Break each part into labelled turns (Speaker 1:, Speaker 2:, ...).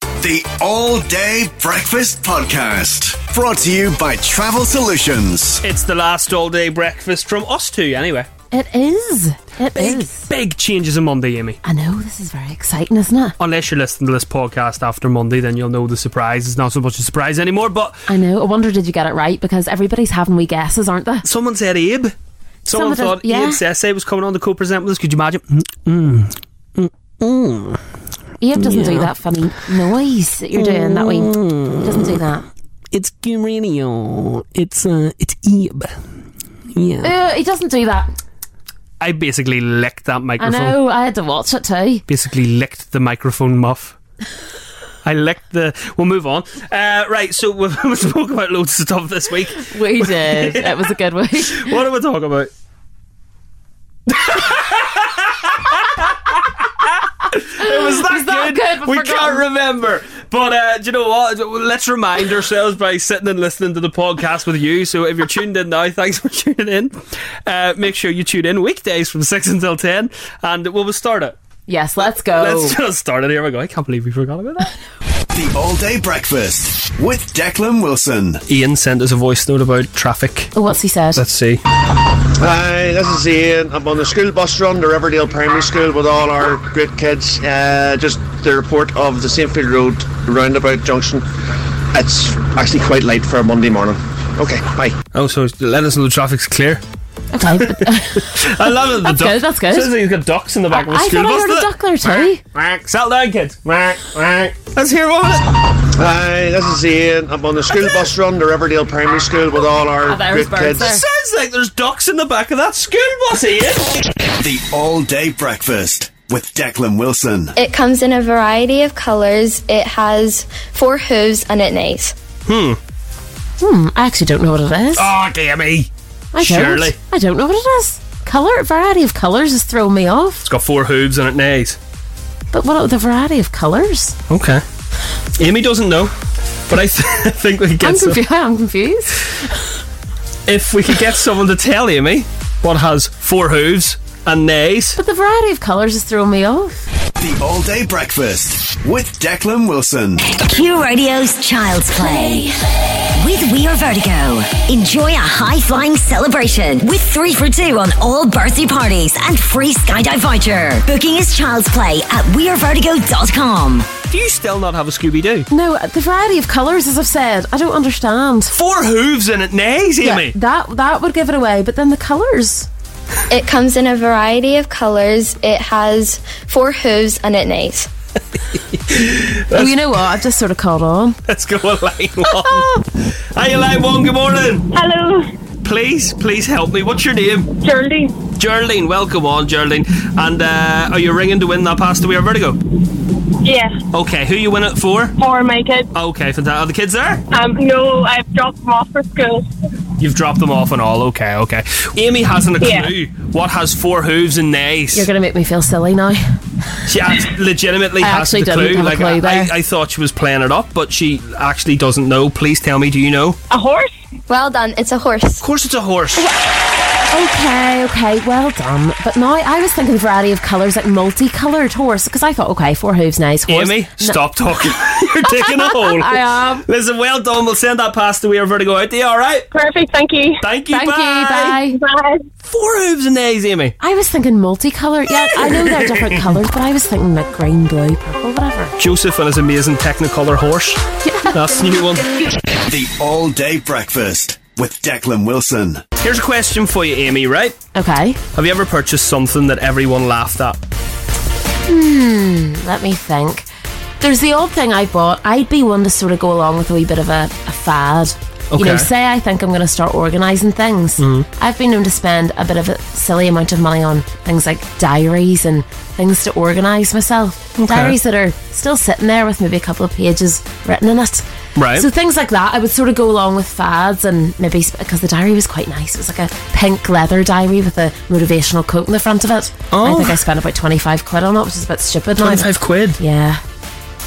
Speaker 1: The All Day Breakfast Podcast. Brought to you by Travel Solutions.
Speaker 2: It's the last all day breakfast from us two, anyway.
Speaker 3: It is. It is.
Speaker 2: Big changes on Monday, Amy.
Speaker 3: I know this is very exciting, isn't it?
Speaker 2: Unless you're listening to this podcast after Monday, then you'll know the surprise. It's not so much a surprise anymore, but
Speaker 3: I know. I wonder did you get it right because everybody's having wee guesses, aren't they?
Speaker 2: someone said Abe. Someone
Speaker 3: Someone does-
Speaker 2: thought
Speaker 3: yeah.
Speaker 2: Abe's essay was coming on to co present with us. Could you imagine? Mm,
Speaker 3: Abe doesn't do that funny noise that you're doing that wee. He doesn't do that.
Speaker 2: It's Gurinio. It's, uh, it's Abe. Yeah.
Speaker 3: Uh, he doesn't do that.
Speaker 2: I basically licked that
Speaker 3: I
Speaker 2: microphone.
Speaker 3: know. I had to watch it too.
Speaker 2: basically licked the microphone muff. I licked the. We'll move on. Uh, right, so we've, we spoke about loads of stuff this week.
Speaker 3: We did. it was a good week.
Speaker 2: What are we talking about? it was that,
Speaker 3: that good? We've
Speaker 2: We
Speaker 3: forgotten.
Speaker 2: can't remember. But uh, do you know what? Let's remind ourselves by sitting and listening to the podcast with you. So if you're tuned in now, thanks for tuning in. Uh, make sure you tune in weekdays from 6 until 10. And we'll we start it.
Speaker 3: Yes, let's go.
Speaker 2: Let's just start it. Here we go. I can't believe we forgot about that.
Speaker 1: The All Day Breakfast with Declan Wilson.
Speaker 2: Ian sent us a voice note about traffic.
Speaker 3: Oh, What's he said?
Speaker 2: Let's see.
Speaker 4: Hi, this is Ian. I'm on the school bus run to Riverdale Primary School with all our great kids. Uh, just the report of the St. Field Road roundabout junction. It's actually quite late for a Monday morning. Okay, bye.
Speaker 2: Oh, so let us know the traffic's clear.
Speaker 3: okay, but
Speaker 2: I love it.
Speaker 3: That's good, that's good.
Speaker 2: Sounds like he's got ducks in the back of a
Speaker 3: I
Speaker 2: school
Speaker 3: thought I
Speaker 2: bus.
Speaker 3: heard a
Speaker 2: doesn't
Speaker 3: duck there too.
Speaker 2: it? Quack. Settle down, kids. Quack, quack. Let's hear one. of
Speaker 4: Hi, this is Ian. I'm on the school bus run to Riverdale Primary School with all our
Speaker 3: Ah, there's
Speaker 4: great kids.
Speaker 3: birds
Speaker 2: it.
Speaker 3: there.
Speaker 2: Sounds like there's ducks in the back of that school bus, Ian.
Speaker 1: The All Day Breakfast with Declan Wilson.
Speaker 5: It comes in a variety of colors. It has four hooves and it neighs.
Speaker 3: Hmm, I actually don't know what it is.
Speaker 2: oh, dear me.
Speaker 3: I don't.
Speaker 2: surely.
Speaker 3: I don't know what it is. Color variety of colors is throwing me off.
Speaker 2: It's got four hooves and it neighs.
Speaker 3: But what are the variety of colors?
Speaker 2: Okay. Amy doesn't know, but I, th- I think we could
Speaker 3: I'm,
Speaker 2: get some-
Speaker 3: confu- I'm confused.
Speaker 2: if we could get someone to tell Amy what has four hooves and neighs.
Speaker 3: But the variety of colours is throwing me off.
Speaker 1: The All Day Breakfast with Declan Wilson.
Speaker 6: Q Radio's Child's Play. With We Are Vertigo. Enjoy a high flying celebration with three for two on all birthday parties and free skydive voucher. Booking is Child's Play at WeAreVertigo.com.
Speaker 2: Do you still not have a Scooby Doo?
Speaker 3: No, uh, the variety of colours, as I've said, I don't understand.
Speaker 2: Four hooves and it neighs, Amy.
Speaker 3: Yeah, that that would give it away. But then the colours.
Speaker 5: It comes in a variety of colors. It has four hooves and it neighs.
Speaker 3: Well, you know what? I've just sort of caught on.
Speaker 2: Let's go on line one. Hiya, line one. Good morning.
Speaker 7: Hello,
Speaker 2: Please, please help me. What's your name?
Speaker 7: Geraldine.
Speaker 2: Geraldine. Welcome on, Geraldine. And uh, are you ringing to win that pass to We Are Vertigo?
Speaker 7: Yeah,
Speaker 2: Okay, who you win it for?
Speaker 7: for my kids.
Speaker 2: Okay, fantastic. Are the kids there?
Speaker 7: Um, no, I've dropped them off for school.
Speaker 2: You've dropped them off and all. Okay, okay. Amy hasn't a clue
Speaker 7: Yeah.
Speaker 2: what has four hooves and nays.
Speaker 3: You're going to make me feel silly now.
Speaker 2: She act- legitimately
Speaker 3: I
Speaker 2: hasn't
Speaker 3: actually
Speaker 2: a clue.
Speaker 3: didn't have a
Speaker 2: like
Speaker 3: clue
Speaker 2: I,
Speaker 3: there.
Speaker 2: I, I thought she was playing it up, but she actually doesn't know. Please tell me. Do you know? Of
Speaker 7: A horse?
Speaker 5: Well done, it's a horse.
Speaker 2: course, it's a horse.
Speaker 3: Okay, okay, well done. But now I was thinking variety of colours, like multicoloured horse, because I thought, okay, four hooves, nice horse.
Speaker 2: Amy, stop talking. You're taking a hole.
Speaker 3: I am.
Speaker 2: Listen, well done. We'll send that pass to We Are Vertigo out to you, all right?
Speaker 7: Perfect, thank you.
Speaker 2: Thank you,
Speaker 3: Thank
Speaker 2: bye.
Speaker 3: you, bye.
Speaker 7: Bye.
Speaker 2: Four hooves and nays, Amy.
Speaker 3: I was thinking multicolour. Yeah, I know they're different colours, but I was thinking like green, blue, purple, whatever.
Speaker 2: Joseph and his amazing Technicolor horse. That's the new one.
Speaker 1: The All Day Breakfast with Declan Wilson.
Speaker 2: Here's a question for you, Amy, right?
Speaker 3: Okay,
Speaker 2: Have you ever purchased something that everyone laughed at?
Speaker 3: let me think. There's the odd thing I bought. I'd be one to sort of go along with a wee bit of a, a fad. You know,
Speaker 2: Okay. Mm-hmm.
Speaker 3: say I think I'm going to start organising things. I've been known to spend a bit of a silly amount of money on things like diaries and things to organise myself. Diaries that are still sitting there with maybe a couple of pages written in it.
Speaker 2: Right.
Speaker 3: So things like that, I would sort of go along with fads and maybe because the diary was quite nice. It was like a pink leather diary with a motivational quote in the front of it.
Speaker 2: Oh.
Speaker 3: I think I spent about twenty five quid on it, which is a bit stupid. now.
Speaker 2: 25 quid.
Speaker 3: Yeah.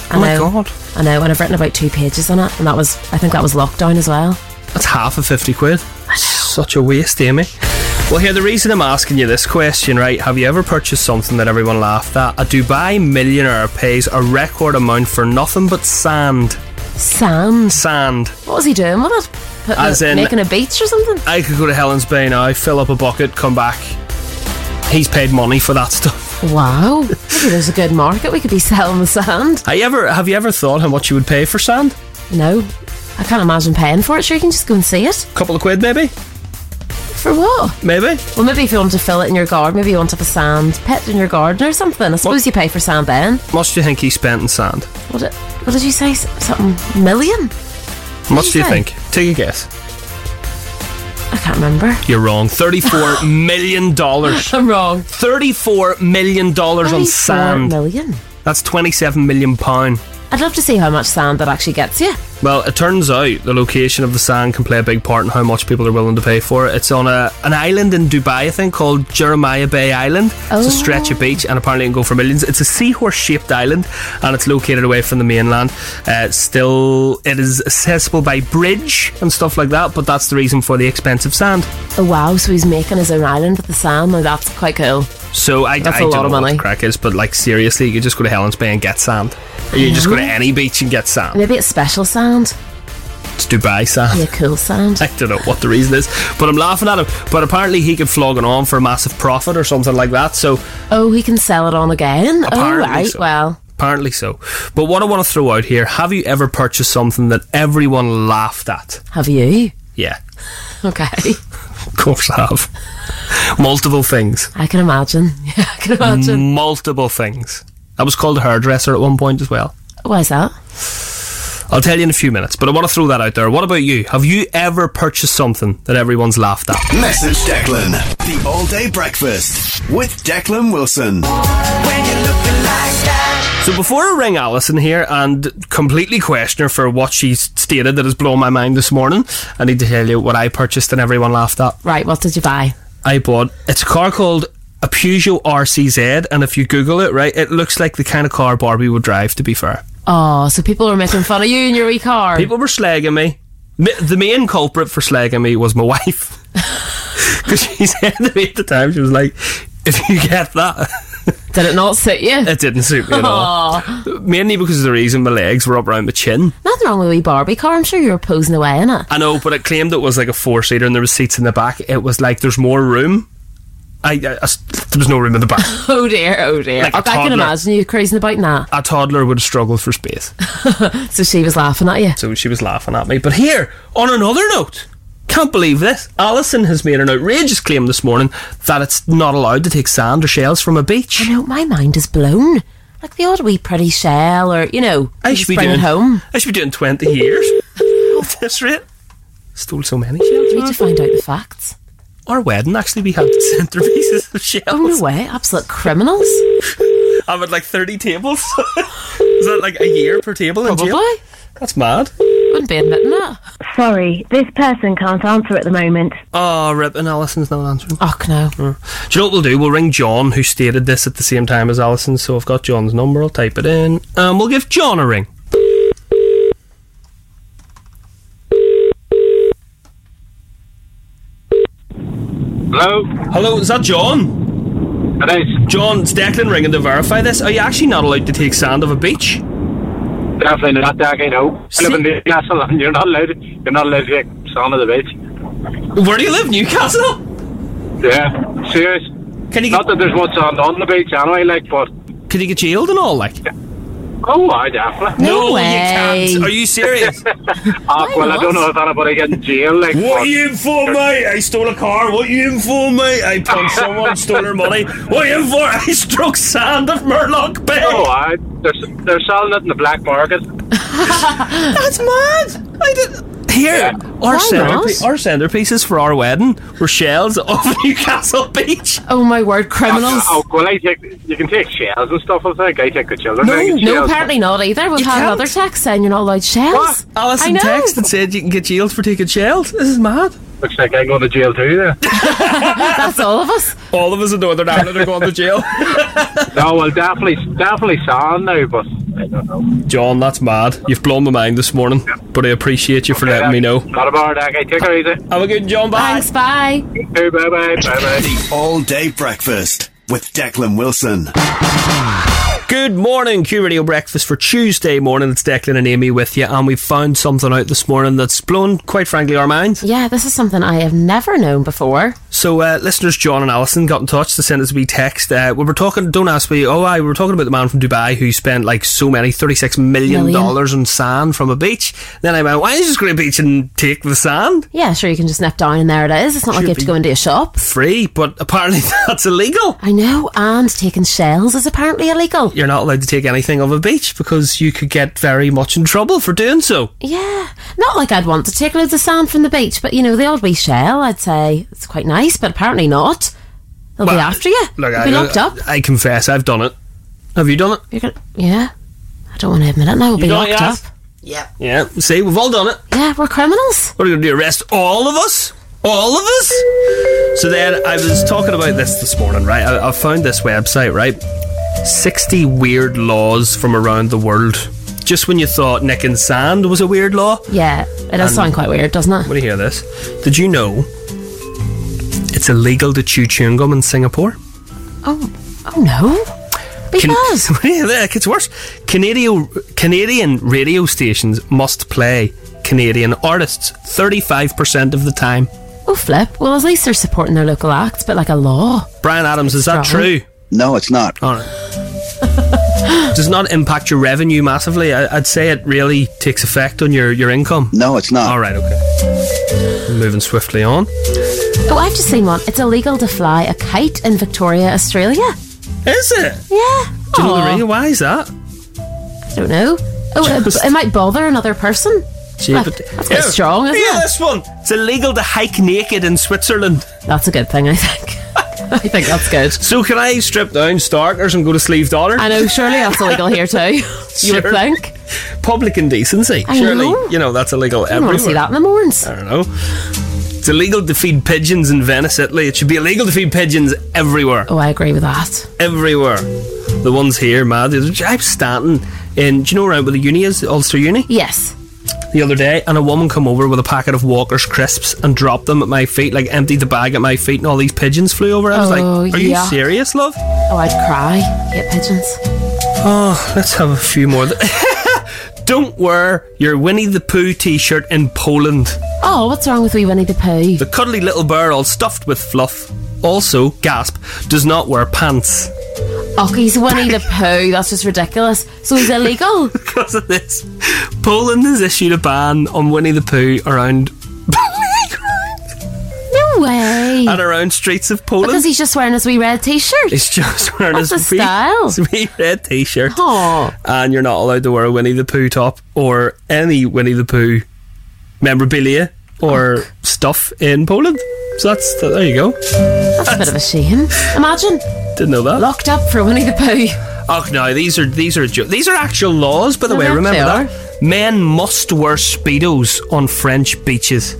Speaker 3: I
Speaker 2: Oh my
Speaker 3: know.
Speaker 2: God.
Speaker 3: I know, and I've written about two pages on it, and that was, I think that was lockdown as well.
Speaker 2: That's half of 50 quid. Such a waste, Amy. Well, here, the reason I'm asking you this question, right? Have you ever purchased something that everyone laughed at? A Dubai millionaire pays a record amount for nothing but sand.
Speaker 3: Sand.
Speaker 2: Sand.
Speaker 3: What was he doing with it? Putting
Speaker 2: As
Speaker 3: a-
Speaker 2: in-
Speaker 3: making a beach or something?
Speaker 2: I could go to Helen's Bay now, fill up a bucket, come back. He's paid money for that stuff.
Speaker 3: Wow. Maybe there's a good market. We could be selling the sand.
Speaker 2: Have you ever, have you ever thought how much you would pay for sand?
Speaker 3: No. I can't imagine paying for it. Sure, you can just go and see it.
Speaker 2: A couple of quid, maybe?
Speaker 3: For what?
Speaker 2: Maybe?
Speaker 3: Well, maybe if you want to fill it in your garden, maybe you want to have a sand pit in your garden or something. I suppose you pay for sand then.
Speaker 2: How much do you think he spent in sand?
Speaker 3: What did, what did you say? S- Something million?
Speaker 2: How much do you
Speaker 3: Okay.
Speaker 2: think? Take a guess.
Speaker 3: I can't remember.
Speaker 2: You're wrong. $34 million.
Speaker 3: I'm wrong.
Speaker 2: $34 million on sand.
Speaker 3: million.
Speaker 2: That's 27 million pound.
Speaker 3: I'd love to see how much sand that actually gets you.
Speaker 2: Well, it turns out the location of the sand can play a big part in how much people are willing to pay for it. It's on a an island in Dubai, I think, called Jeremiah Bay Island. It's
Speaker 3: Oh.
Speaker 2: a stretch of beach, and apparently it can go for millions. It's a seahorse-shaped island, and it's located away from the mainland. Uh, it's still, it is accessible by bridge and stuff like that, but that's the reason for the expensive sand.
Speaker 3: Oh wow! So he's making his own island with the sand. Now that's quite cool.
Speaker 2: So I,
Speaker 3: That's
Speaker 2: I
Speaker 3: a
Speaker 2: don't
Speaker 3: lot
Speaker 2: know
Speaker 3: of
Speaker 2: what
Speaker 3: money.
Speaker 2: the crack is, but like seriously, you could just go to Helen's Bay and get sand. Or you just go to any beach and get sand.
Speaker 3: Maybe it's special sand.
Speaker 2: It's Dubai sand.
Speaker 3: Yeah, cool sand.
Speaker 2: I don't know what the reason is, but I'm laughing at him. But apparently, he could flog it on for a massive profit or something like that. So
Speaker 3: Oh, he can sell it on again. oh
Speaker 2: Apparently
Speaker 3: right,
Speaker 2: so.
Speaker 3: well,
Speaker 2: apparently, so. But what I want to throw out here: Have you ever purchased something that everyone laughed at?
Speaker 3: have you?
Speaker 2: Yeah,
Speaker 3: Okay,
Speaker 2: of course I have. Multiple things.
Speaker 3: I can imagine. Yeah, I can imagine.
Speaker 2: Multiple things. I was called a hairdresser at one point as well.
Speaker 3: Why's that?
Speaker 2: I'll tell you in a few minutes, but I want to throw that out there. What about you? Have you ever purchased something that everyone's laughed at?
Speaker 1: Message Declan. The all day breakfast with Declan Wilson.
Speaker 2: So before I ring Alison here and completely question her for what she's stated that has blown my mind this morning, I need to tell you what I purchased and everyone laughed at.
Speaker 3: Right, what did you buy?
Speaker 2: I bought it's a car called a Peugeot RCZ, and if you Google it, right, it looks like the kind of car Barbie would drive. To be fair,
Speaker 3: Oh, so people were making fun of you in your wee car.
Speaker 2: people were slagging me. Ma- The main culprit for slagging me was my wife, because she said to me at the time, she was like, "If you get that."
Speaker 3: did it not suit you?
Speaker 2: It didn't suit me at all.
Speaker 3: Aw.
Speaker 2: Mainly because of the reason my legs were up around my chin.
Speaker 3: Nothing wrong with a wee Barbie car. I'm sure you were posing away in it.
Speaker 2: I know, but it claimed it was like a four seater and there was seats in the back. It was like there's more room. I, I- I s- there was no room in the back.
Speaker 3: Oh dear, oh dear.
Speaker 2: Like a
Speaker 3: I can
Speaker 2: toddler.
Speaker 3: imagine you cruising about in that.
Speaker 2: A toddler would have struggled for space,
Speaker 3: So she was laughing at you.
Speaker 2: so she was laughing at me. But here, on another note, can't believe this. Alison has made an outrageous claim this morning that it's not allowed to take sand or shells from a beach.
Speaker 3: You know, my mind is blown. Like the odd wee pretty shell, or you know,
Speaker 2: I
Speaker 3: you
Speaker 2: should
Speaker 3: just
Speaker 2: be
Speaker 3: bring
Speaker 2: doing
Speaker 3: it home.
Speaker 2: I should be doing twenty years. At this rate, stole so many shells.
Speaker 3: You need to find out the facts.
Speaker 2: Our wedding actually, we had centerpieces of shells.
Speaker 3: Oh no way! Absolute criminals.
Speaker 2: I'm at like 30 tables. Is that like a year per table in jail?
Speaker 3: Probably
Speaker 2: That's mad.
Speaker 3: Oh, wouldn't be admitting that.
Speaker 8: Sorry, this person can't answer at the moment.
Speaker 2: Oh, Rip and Alison's not answering. Hmm.
Speaker 3: Oh no!
Speaker 2: Do you know what we'll do? We'll ring John, who stated this at the same time as Alison. So I've got John's number. I'll type it in. Um, we'll give John a ring.
Speaker 9: Hello,
Speaker 2: Hello, is that John?
Speaker 9: it is
Speaker 2: John, it's Declan ringing to verify this. Are you actually not allowed to take sand of a beach?
Speaker 9: definitely not that I know. I live in
Speaker 2: See-
Speaker 9: Newcastle and you're not allowed to, you're not allowed to take sand on the beach.
Speaker 2: Where do you live, Newcastle?
Speaker 9: Yeah, serious.
Speaker 2: Can you
Speaker 9: Not
Speaker 2: get,
Speaker 9: that there's much sand on the beach anyway, like, but
Speaker 2: can you get jailed and all like?
Speaker 9: oh, I definitely.
Speaker 3: No
Speaker 2: you
Speaker 3: way.
Speaker 2: can't. Are you serious?
Speaker 9: Ah, well, I don't
Speaker 3: not?
Speaker 9: know if anybody gets in jail, like.
Speaker 2: What
Speaker 9: but-
Speaker 2: are you in for, mate? I stole a car. What are you in for, mate? I punched someone, stole her money. What are you in for? I struck sand of Murloc Bay.
Speaker 9: Oh, I. They're, s- they're selling it in the black market.
Speaker 2: That's mad. I did. Here, our,
Speaker 3: Why not?
Speaker 2: centerpiece, our centerpieces for our wedding were shells off Newcastle Beach.
Speaker 3: Oh my word, criminals!
Speaker 9: Oh, well, I take. You can take shells and stuff, I think. I take the children.
Speaker 2: No,
Speaker 9: I get
Speaker 3: No,
Speaker 9: shells.
Speaker 3: apparently not either. We've
Speaker 2: You
Speaker 3: had
Speaker 2: can't.
Speaker 3: another text saying you're not allowed shells. I
Speaker 2: Alison
Speaker 3: know.
Speaker 2: texted and said you can get jailed for taking shells. This is mad.
Speaker 9: Looks like I'm going to jail too, there.
Speaker 3: Oh, That's all of us.
Speaker 2: All of us in Northern Ireland are going to jail.
Speaker 9: no, well, definitely, definitely sand now, but I don't know.
Speaker 2: John, that's mad. You've blown my mind this morning. but I appreciate you for letting me know.
Speaker 9: Not a bar, okay. Take it easy.
Speaker 2: Have a good John. Bye.
Speaker 3: Thanks, bye.
Speaker 9: Hey, bye bye. Bye bye.
Speaker 1: The All Day Breakfast with Declan Wilson.
Speaker 2: Good morning, Q Radio Breakfast for Tuesday morning. It's Declan and Amy with you, and we found something out this morning that's blown, quite frankly, our minds.
Speaker 3: Yeah, this is something I have never known before.
Speaker 2: So, uh, listeners John and Alison got in touch to send us a wee text. Uh, we were talking, don't ask me, oh, I, we were talking about the man from Dubai who spent like so many, $36 million
Speaker 3: Million.
Speaker 2: on sand from a beach. Then I went, why don't you just go to a beach and take the sand?
Speaker 3: Yeah, sure, you can just nip down and there it is. It's not like you have to go into a shop.
Speaker 2: Free, but apparently that's illegal.
Speaker 3: I know, and taking shells is apparently illegal.
Speaker 2: You're not allowed to take anything of a beach because you could get very much in trouble for doing so.
Speaker 3: Yeah, not like I'd want to take loads of sand from the beach, but you know, the odd wee shell, I'd say it's quite nice, but apparently not. They'll
Speaker 2: Well,
Speaker 3: be after you.
Speaker 2: Look,
Speaker 3: You'll
Speaker 2: I,
Speaker 3: be locked up.
Speaker 2: I confess, I've done it. Have you done it?
Speaker 3: You're gonna, yeah, I don't want to admit it. Now we'll be
Speaker 2: don't,
Speaker 3: locked up.
Speaker 2: yes? Yeah. See, we've all done it.
Speaker 3: Yeah, we're criminals.
Speaker 2: What are you going to do? Arrest all of us? All of us? So then I was talking about this this morning, right? I, I found this website, right? 60 weird laws from around the world. Just when you thought Nick and Sand was a weird law.
Speaker 3: Yeah, it does sound quite weird, doesn't it?
Speaker 2: When you hear this, did you know it's illegal to chew chewing gum in Singapore?
Speaker 3: Oh, oh no, because
Speaker 2: yeah, look, it's worse. Canadian Canadian radio stations must play Canadian artists 35% of the time.
Speaker 3: oh flip. Well, at least they're supporting their local acts, but like a law.
Speaker 2: Brian Adams, is that
Speaker 3: Strong.
Speaker 2: true?
Speaker 10: No, it's not.
Speaker 2: All right. Does not impact your revenue massively. I, I'd say it really takes effect on your, your income.
Speaker 10: No, it's not.
Speaker 2: All right, okay. Moving swiftly on.
Speaker 3: Oh, I've just seen one. It's illegal to fly a kite in Victoria, Australia.
Speaker 2: Is it?
Speaker 3: Yeah.
Speaker 2: Do you know the
Speaker 3: Aw,
Speaker 2: reason? Why is that?
Speaker 3: I don't know. Oh,
Speaker 2: Just-
Speaker 3: it, it might bother another person.
Speaker 2: Gee,
Speaker 3: Look,
Speaker 2: but-
Speaker 3: that's quite strong, isn't
Speaker 2: yeah,
Speaker 3: it?
Speaker 2: this one. It's illegal to hike naked in Switzerland.
Speaker 3: That's a good thing, I think. I think that's good.
Speaker 2: So can I strip down Starkers and go to Sleeve Daughter?
Speaker 3: I know, surely that's illegal here too. you would
Speaker 2: Sure.
Speaker 3: think.
Speaker 2: Public indecency.
Speaker 3: I
Speaker 2: Surely,
Speaker 3: know.
Speaker 2: you know, that's illegal
Speaker 3: I don't
Speaker 2: everywhere.
Speaker 3: want to see that in the morns.
Speaker 2: I don't know. It's illegal to feed pigeons in Venice, Italy. It should be illegal to feed pigeons everywhere.
Speaker 3: Oh, I agree with that.
Speaker 2: Everywhere. The ones here, mad. I'm standing in, do you know around where the uni is, Ulster Uni,
Speaker 3: Yes.
Speaker 2: the other day, and a woman come over with a packet of Walker's crisps and dropped them at my feet, like emptied the bag at my feet, and all these pigeons flew over. I was
Speaker 3: Oh,
Speaker 2: like, Are you
Speaker 3: yuck.
Speaker 2: serious, love?
Speaker 3: Oh, I'd cry. Hate pigeons.
Speaker 2: Oh, let's have a few more. Don't wear your Winnie the Pooh t shirt in Poland.
Speaker 3: Oh, what's wrong with wee Winnie the Pooh?
Speaker 2: The cuddly little bear, all stuffed with fluff, also, gasp, does not wear pants.
Speaker 3: Oh, he's Winnie the Pooh. That's just ridiculous. So he's illegal.
Speaker 2: Because of this, Poland has issued a ban on Winnie the Pooh around playground
Speaker 3: No way.
Speaker 2: and around streets of
Speaker 3: Because
Speaker 2: Poland.
Speaker 3: he's just wearing his wee red t-shirt.
Speaker 2: It's just wearing
Speaker 3: That's
Speaker 2: his
Speaker 3: the
Speaker 2: wee,
Speaker 3: style.
Speaker 2: his wee red t shirt.
Speaker 3: Oh,
Speaker 2: And you're not allowed to wear a Winnie the Pooh top or any Winnie the Pooh memorabilia or stuff in Poland. So that's there you go.
Speaker 3: that's a bit of a shame. Imagine
Speaker 2: Didn't know that.
Speaker 3: locked up for Winnie the Pooh.
Speaker 2: Oh no, these are these are jo- these are actual laws. By the
Speaker 3: No,
Speaker 2: way,
Speaker 3: they
Speaker 2: remember
Speaker 3: are.
Speaker 2: that men must wear speedos on French beaches.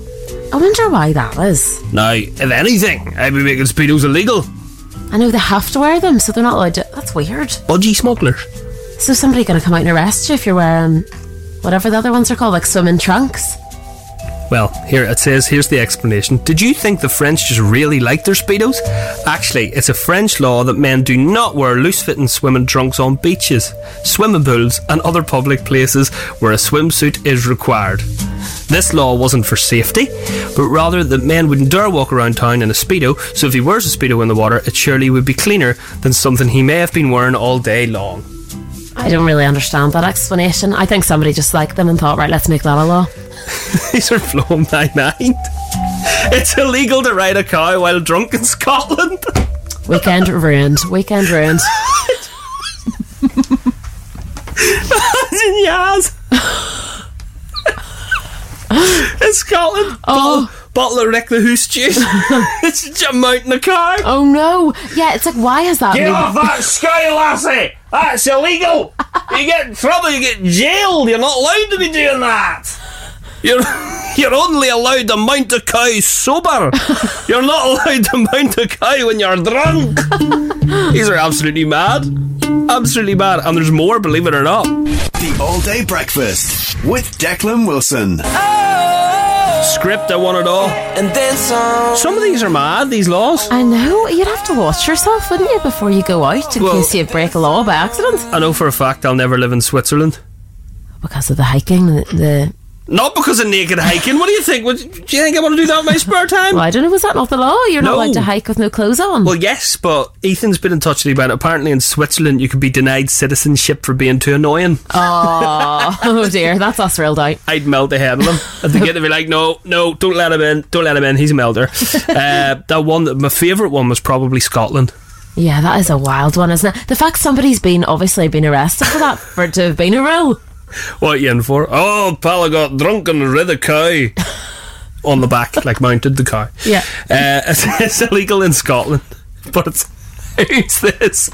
Speaker 3: I wonder why that is.
Speaker 2: Now, if anything, I'd be making speedos illegal.
Speaker 3: I know they have to wear them, so they're not allowed to. That's weird.
Speaker 2: Budgie smugglers.
Speaker 3: So somebody gonna come out and arrest you if you're wearing whatever the other ones are called, like swimming trunks.
Speaker 2: Well, here it says here's the explanation. Did you think the French just really like their speedos? Actually, it's a French law that men do not wear loose-fitting swimming trunks on beaches, swimming pools, and other public places where a swimsuit is required. This law wasn't for safety, but rather that men wouldn't dare walk around town in a speedo. So if he wears a speedo in the water, it surely would be cleaner than something he may have been wearing all day long.
Speaker 3: I don't really understand that explanation. I think somebody just liked them and thought, right, let's make that a law.
Speaker 2: These are blowing my mind. It's illegal to ride a cow while drunk in Scotland.
Speaker 3: Weekend ruined. Weekend ruined.
Speaker 2: yes. in Scotland.
Speaker 3: Oh.
Speaker 2: Bottle, bottle of Rick the Hoose juice. it's just a mountain of cow.
Speaker 3: Oh no! Yeah, it's like why has that? been-
Speaker 2: that sky, lassie! That's illegal! You get in trouble, you get jailed, you're not allowed to be doing that! You're, you're only allowed to mount a cow sober! You're not allowed to mount a cow when you're drunk! These are absolutely mad. Absolutely mad. And there's more, believe it or not.
Speaker 1: The All Day Breakfast with Declan Wilson.
Speaker 2: Script, I want it all. And then some. Some of these are mad, these laws.
Speaker 3: I know. You'd have to watch yourself, wouldn't you, before you go out in
Speaker 2: Well-
Speaker 3: case you break a law by accident?
Speaker 2: I know for a fact I'll never live in Switzerland.
Speaker 3: Because of the hiking, and the, the
Speaker 2: Not because of naked hiking. What do you think? Would, do you think I want to do that in my spare time?
Speaker 3: well, I don't know. Was that not the law? You're
Speaker 2: No.
Speaker 3: not allowed to hike with no clothes on.
Speaker 2: Well, yes, but Ethan's been in touch with me about it. Apparently, in Switzerland, you could be denied citizenship for being too annoying.
Speaker 3: oh dear, that's us reeled out.
Speaker 2: I'd melt the head of him. I'd get to be like, no, no, don't let him in. Don't let him in. He's a melter. uh, that one, my favourite one was probably Scotland.
Speaker 3: Yeah, that is a wild one, isn't it? The fact somebody's been obviously been arrested for that for it to have been a rule.
Speaker 2: What are you in for? Oh, Pala got drunk and rid a cow. On the back, like mounted the cow.
Speaker 3: Yeah.
Speaker 2: Uh, it's, it's illegal in Scotland, but it's. Who's this?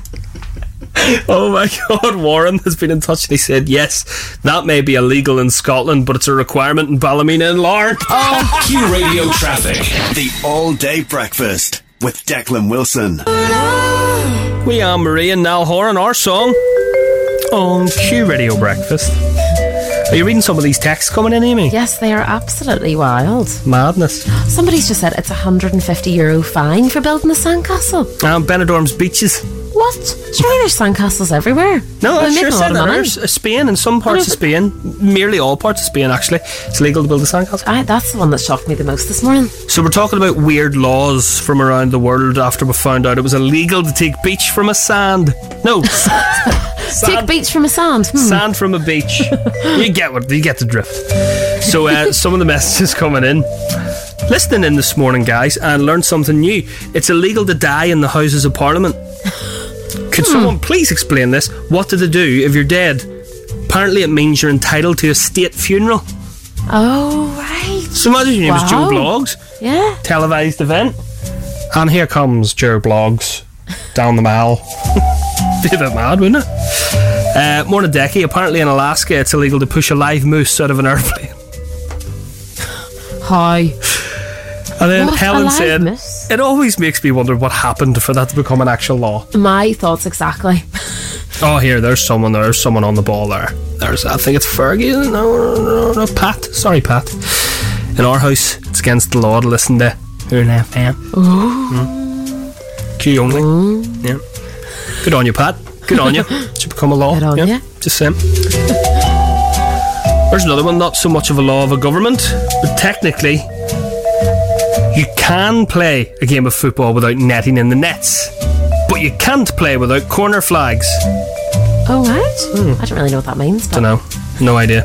Speaker 2: Oh my god, Warren has been in touch and he said, yes, that may be illegal in Scotland, but it's a requirement in Ballymena and Larne.
Speaker 10: Oh, Q Radio Traffic.
Speaker 1: The All Day Breakfast with Declan Wilson.
Speaker 2: We are Marie and Nal Horan, our song on Q Radio Breakfast. Are you reading some of these texts coming in, Amy?
Speaker 3: Yes, they are absolutely wild.
Speaker 2: Madness.
Speaker 3: Somebody's just said it's a hundred and fifty euro fine for building a sandcastle.
Speaker 2: Um, Benidorm's beaches.
Speaker 3: What? Surely there's sandcastles everywhere.
Speaker 2: No,
Speaker 3: They're
Speaker 2: I'm
Speaker 3: making
Speaker 2: sure
Speaker 3: a
Speaker 2: said
Speaker 3: lot of
Speaker 2: that.
Speaker 3: money.
Speaker 2: There's, uh, Spain and some parts of Spain, nearly all parts of Spain actually, it's legal to build a sandcastle.
Speaker 3: I, that's the one that shocked me the most this morning.
Speaker 2: So we're talking about weird laws from around the world after we found out it was illegal to take beach from a sand. No, s-
Speaker 3: Take beats from a sand. Hmm.
Speaker 2: sand from a beach. you get what you get the drift. So uh, some of the messages coming in. Listening in this morning, guys, and learned something new. It's illegal to die in the Houses of Parliament. Could someone please explain this? What do they do if you're dead? Apparently, it means you're entitled to a state funeral.
Speaker 3: Oh right.
Speaker 2: So imagine your name was Joe
Speaker 3: Wow.
Speaker 2: Blogs,
Speaker 3: Yeah.
Speaker 2: televised event, and here comes Joe Blogs down the mall. Be a bit mad, wouldn't it? Uh, more than a decade. Apparently, in Alaska, it's illegal to push a live moose out of an airplane.
Speaker 3: Hi.
Speaker 2: And then
Speaker 3: What?
Speaker 2: Helen
Speaker 3: Alive
Speaker 2: said,
Speaker 3: moose?
Speaker 2: "It always makes me wonder what happened for that to become an actual law."
Speaker 3: My thoughts exactly.
Speaker 2: Oh, here, there's someone. There's someone on the ball there. There's, I think it's Fergie. No, no, no, no, Pat. Sorry, Pat. In our house, it's against the law to listen to your FM. Mm. Q only. Yeah. Good on you, Pat. Good on you. Should become a law.
Speaker 3: Good on
Speaker 2: yeah.
Speaker 3: ya.
Speaker 2: Just saying. There's another one. Not so much of a law of a government, but technically, you can play a game of football without netting in the nets, but you can't play without corner flags.
Speaker 3: Oh right. I don't really know what that means, but
Speaker 2: Hmm. Dunno. No idea.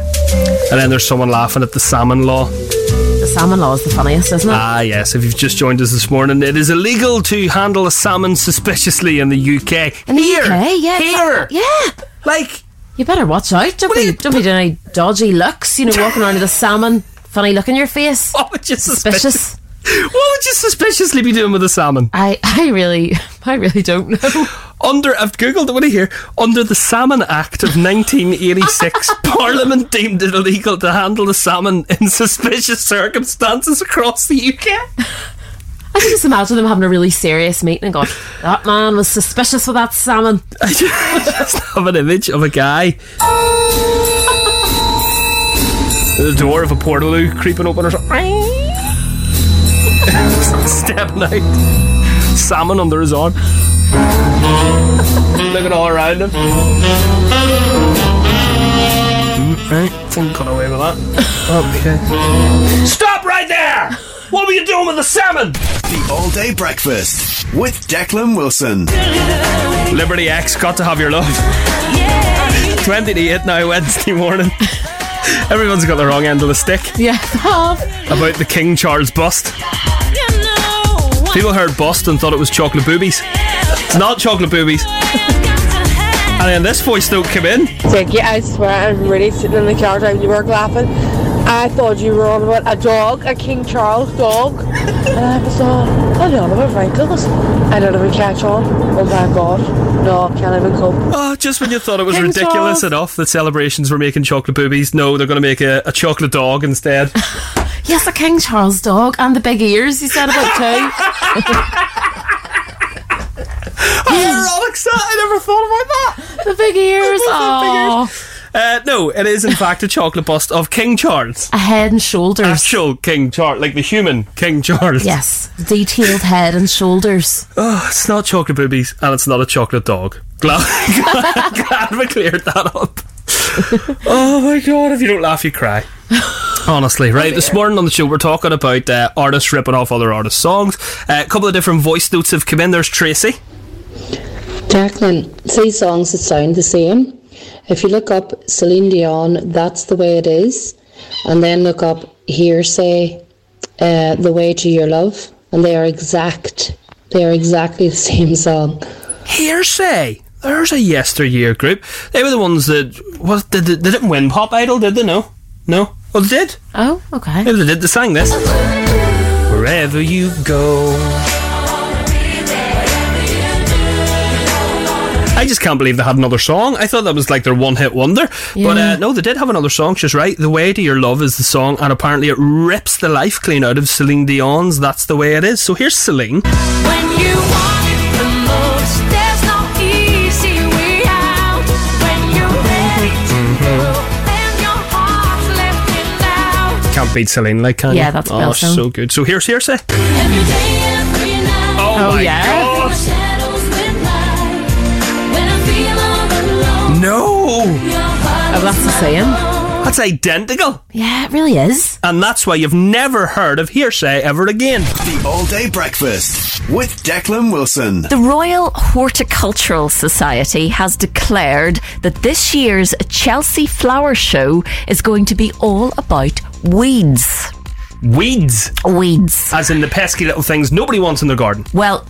Speaker 2: And then there's someone laughing at the salmon law.
Speaker 3: the salmon law is the funniest, isn't it?
Speaker 2: Ah, yes, if you've just joined us this morning, it is illegal to handle a salmon suspiciously in the UK.
Speaker 3: In the
Speaker 2: Here!
Speaker 3: UK, yeah,
Speaker 2: Here!
Speaker 3: yeah.
Speaker 2: Like,
Speaker 3: You better watch out. Don't
Speaker 2: What are
Speaker 3: be
Speaker 2: you-
Speaker 3: don't be doing any dodgy looks. You know, walking around with a salmon, funny look in your face,
Speaker 2: what would you suspicious?
Speaker 3: suspicious.
Speaker 2: What would you suspiciously be doing with a salmon?
Speaker 3: I I really I really don't know.
Speaker 2: Under, I've googled it, what do you hear? Under the Salmon Act of 1986, Parliament deemed it illegal to handle the salmon in suspicious circumstances across the UK.
Speaker 3: I can just imagine them having a really serious meeting and going, "That man was suspicious with that salmon."
Speaker 2: I just have an image of a guy. The door of a portaloo creeping open or something. Stepping out. Salmon under his arm. Looking all around him. Mm, Right, I think got away with that. Okay. Stop right there! What were you doing with the salmon?
Speaker 1: The All Day Breakfast with Declan Wilson.
Speaker 2: Liberty X, got to have your love. 20 to 8 now, Wednesday morning. Everyone's got the wrong end of the stick
Speaker 3: Yeah, have.
Speaker 2: about the King Charles bust. People heard bust and thought it was chocolate boobies. It's not chocolate boobies. And then this voice note came in.
Speaker 7: Vicky, I swear I'm really sitting in the car driving to work laughing. I thought you were on about a dog, a King Charles dog. and I was all, oh, I don't know about wrinkles. I don't even catch on. Oh my god. No, can't even cope.
Speaker 2: Oh, just when you thought it was
Speaker 3: King
Speaker 2: ridiculous
Speaker 3: Charles.
Speaker 2: enough that celebrations were making chocolate boobies, no, they're going to make a, a chocolate dog instead.
Speaker 3: Yes, a King Charles dog and the big ears. He said about two.
Speaker 2: hair, Alexa. I never thought about that.
Speaker 3: The big ears. Oh,
Speaker 2: Uh, no, it is in fact a chocolate bust of King Charles.
Speaker 3: a head and shoulders.
Speaker 2: Actual King Charles, like the human King Charles.
Speaker 3: Yes, detailed head and shoulders.
Speaker 2: Oh, it's not chocolate boobies and it's not a chocolate dog. Glad, glad, glad we cleared that up. oh my god, if you don't laugh, you cry. Honestly, right? This morning on the show, we're talking about uh, artists ripping off other artists' songs. Uh, a couple of different voice notes have come in. There's Tracy.
Speaker 11: Declan, three songs that sound the same. If you look up Celine Dion, That's the Way It Is, and then look up Hearsay, uh, The Way to Your Love, and they are exact. They are exactly the same song.
Speaker 2: Hearsay. There's a yesteryear group. They were the ones that what did they, they didn't win Pop Idol, did they? No, no. Oh, they did.
Speaker 3: Oh, okay.
Speaker 2: Maybe they did. They sang this. Wherever you go. I just can't believe they had another song. I thought that was like their one hit wonder. But
Speaker 3: Yeah.
Speaker 2: uh, no, they did have another song. She's right. The Way to Your Love is the song, and apparently it rips the life clean out of Celine Dion's That's the Way It Is. So here's Celine.
Speaker 12: When you want it the most, there's no easy way out. When you're ready to go and your heart's left in doubt,
Speaker 2: Can't beat Celine, like, can
Speaker 12: Yeah,
Speaker 2: you?
Speaker 12: that's a
Speaker 2: oh,
Speaker 12: bell
Speaker 2: so good. So here's Hearsay.
Speaker 12: every day, every night.
Speaker 2: Oh Oh, my yeah? God.
Speaker 12: Your shadows midnight. When I feel all alone,
Speaker 2: No!
Speaker 12: your heart
Speaker 2: Oh, that's the same.
Speaker 12: alone.
Speaker 2: That's identical.
Speaker 3: Yeah, it really is.
Speaker 2: And that's why you've never heard of hearsay ever again.
Speaker 1: The All Day Breakfast with Declan Wilson.
Speaker 13: The Royal Horticultural Society has declared that this year's Chelsea Flower Show is going to be all about weeds.
Speaker 2: Weeds.
Speaker 13: Weeds.
Speaker 2: As in the pesky little things nobody wants in their garden.
Speaker 13: Well,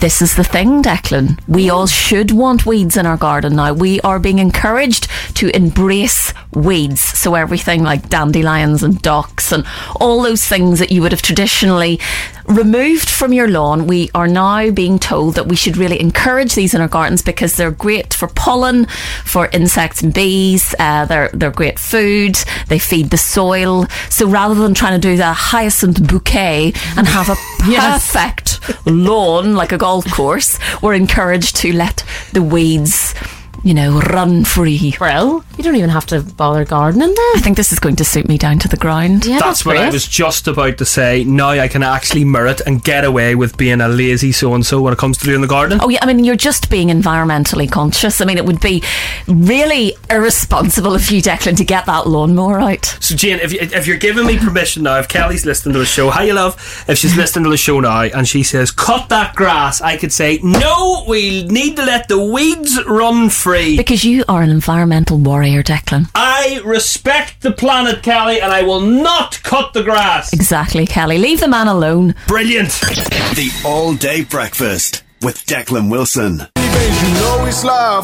Speaker 13: this is the thing, Declan. We all should want weeds in our garden now. We are being encouraged to embrace weeds. So, everything like dandelions and docks and all those things that you would have traditionally removed from your lawn, we are now being told that we should really encourage these in our gardens because they're great for pollen, for insects and bees. Uh, they're, they're great food. They feed the soil. So, rather than trying to do the hyacinth bouquet and have a
Speaker 3: Yes.
Speaker 13: perfect lawn like a golf course, we're encouraged to let the weeds, you know, run free.
Speaker 3: Well, you don't even have to bother gardening then.
Speaker 13: I think this is going to suit me down to the ground.
Speaker 3: Yeah,
Speaker 2: that's what I was just about to say. Now I can actually merit and get away with being a lazy so and so when it comes to doing the garden.
Speaker 13: Oh yeah, I mean you're just being environmentally conscious. I mean it would be really irresponsible of you, Declan, to get that lawnmower out.
Speaker 2: So Jane, if, you- if you're giving me permission now, if Kelly's listening to the show, hi love. If she's listening to the show now and she says, "Cut that grass," I could say, "No, we need to let the weeds run free."
Speaker 13: Because you are an environmental warrior, Declan.
Speaker 2: I respect the planet, Kelly, and I will not cut the grass.
Speaker 13: Exactly, Kelly. Leave the man alone.
Speaker 2: Brilliant.
Speaker 1: The All Day Breakfast with Declan Wilson.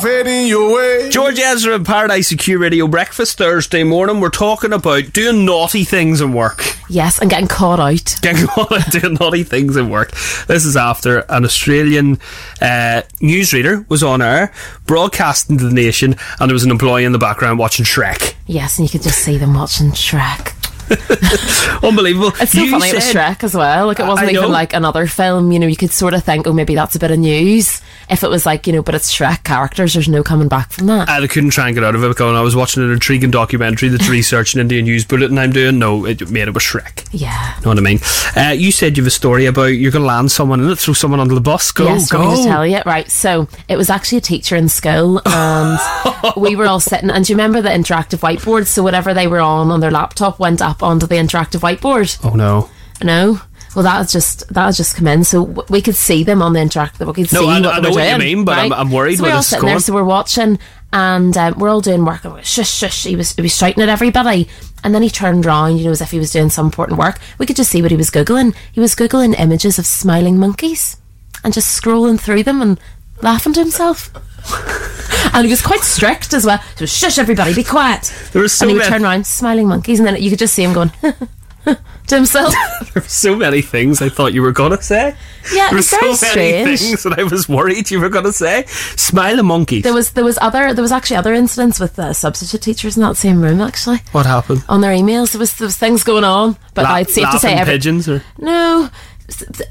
Speaker 2: George Ezra and Paradise EQ Radio Breakfast Thursday morning. We're talking about doing naughty things in work.
Speaker 3: Yes, and getting caught out.
Speaker 2: Getting on and doing naughty things at work. This is after an Australian uh, newsreader was on air broadcasting to the nation, and there was an employee in the background watching Shrek.
Speaker 3: Yes, and you could just see them watching Shrek.
Speaker 2: Unbelievable.
Speaker 3: It's so funny it was Shrek as well. Like it wasn't
Speaker 2: I know.
Speaker 3: even like another film. You know, you could sort of think, oh, maybe that's a bit of news. If it was like, you know, but it's Shrek characters, there's no coming back from that.
Speaker 2: I couldn't try and get out of it because I was watching an intriguing documentary that's researching Indian news bulletin I'm doing. No, it made it was Shrek.
Speaker 3: Yeah.
Speaker 2: Know what I mean? Uh, you said you have a story about you're going to land someone and throw someone under the bus. Go,
Speaker 3: yes,
Speaker 2: go.
Speaker 3: I'm going to tell you. Right, so it was actually a teacher in school, and we were all sitting. And do you remember the interactive whiteboard? So whatever they were on on their laptop went up onto the interactive whiteboard.
Speaker 2: Oh no.
Speaker 3: No. Well, that was just that was just come in, so w- we could see them on the interactive. We could
Speaker 2: No,
Speaker 3: see
Speaker 2: I-
Speaker 3: what
Speaker 2: I
Speaker 3: they
Speaker 2: know
Speaker 3: were
Speaker 2: what you
Speaker 3: doing,
Speaker 2: mean, but I'm-
Speaker 3: right?
Speaker 2: I'm worried
Speaker 3: So
Speaker 2: where
Speaker 3: we're all
Speaker 2: this is
Speaker 3: sitting there,
Speaker 2: going.
Speaker 3: so we're watching, and um, we're all doing work. And we're, shush, shush. He was he was shouting at everybody, and then he turned round, you know, as if he was doing some important work. We could just see what he was googling. He was googling images of smiling monkeys, and just scrolling through them and laughing to himself. and he was quite strict as well. So shush, everybody, be quiet.
Speaker 2: There was so
Speaker 3: and he would
Speaker 2: many-
Speaker 3: turn around, smiling monkeys, and then you could just see him going to himself.
Speaker 2: There were so many things I thought you were going to say.
Speaker 3: Yeah,
Speaker 2: there were
Speaker 3: it's
Speaker 2: so
Speaker 3: very
Speaker 2: many
Speaker 3: strange.
Speaker 2: things that I was worried you were going to say. Smile and monkeys.
Speaker 3: There was there was other there was actually other incidents with uh, substitute teachers in that same room actually
Speaker 2: what happened?
Speaker 3: on their emails. There was there was things going on, but
Speaker 2: La-
Speaker 3: Oh, I'd safe to
Speaker 2: laughing
Speaker 3: say every-
Speaker 2: pigeons or
Speaker 3: no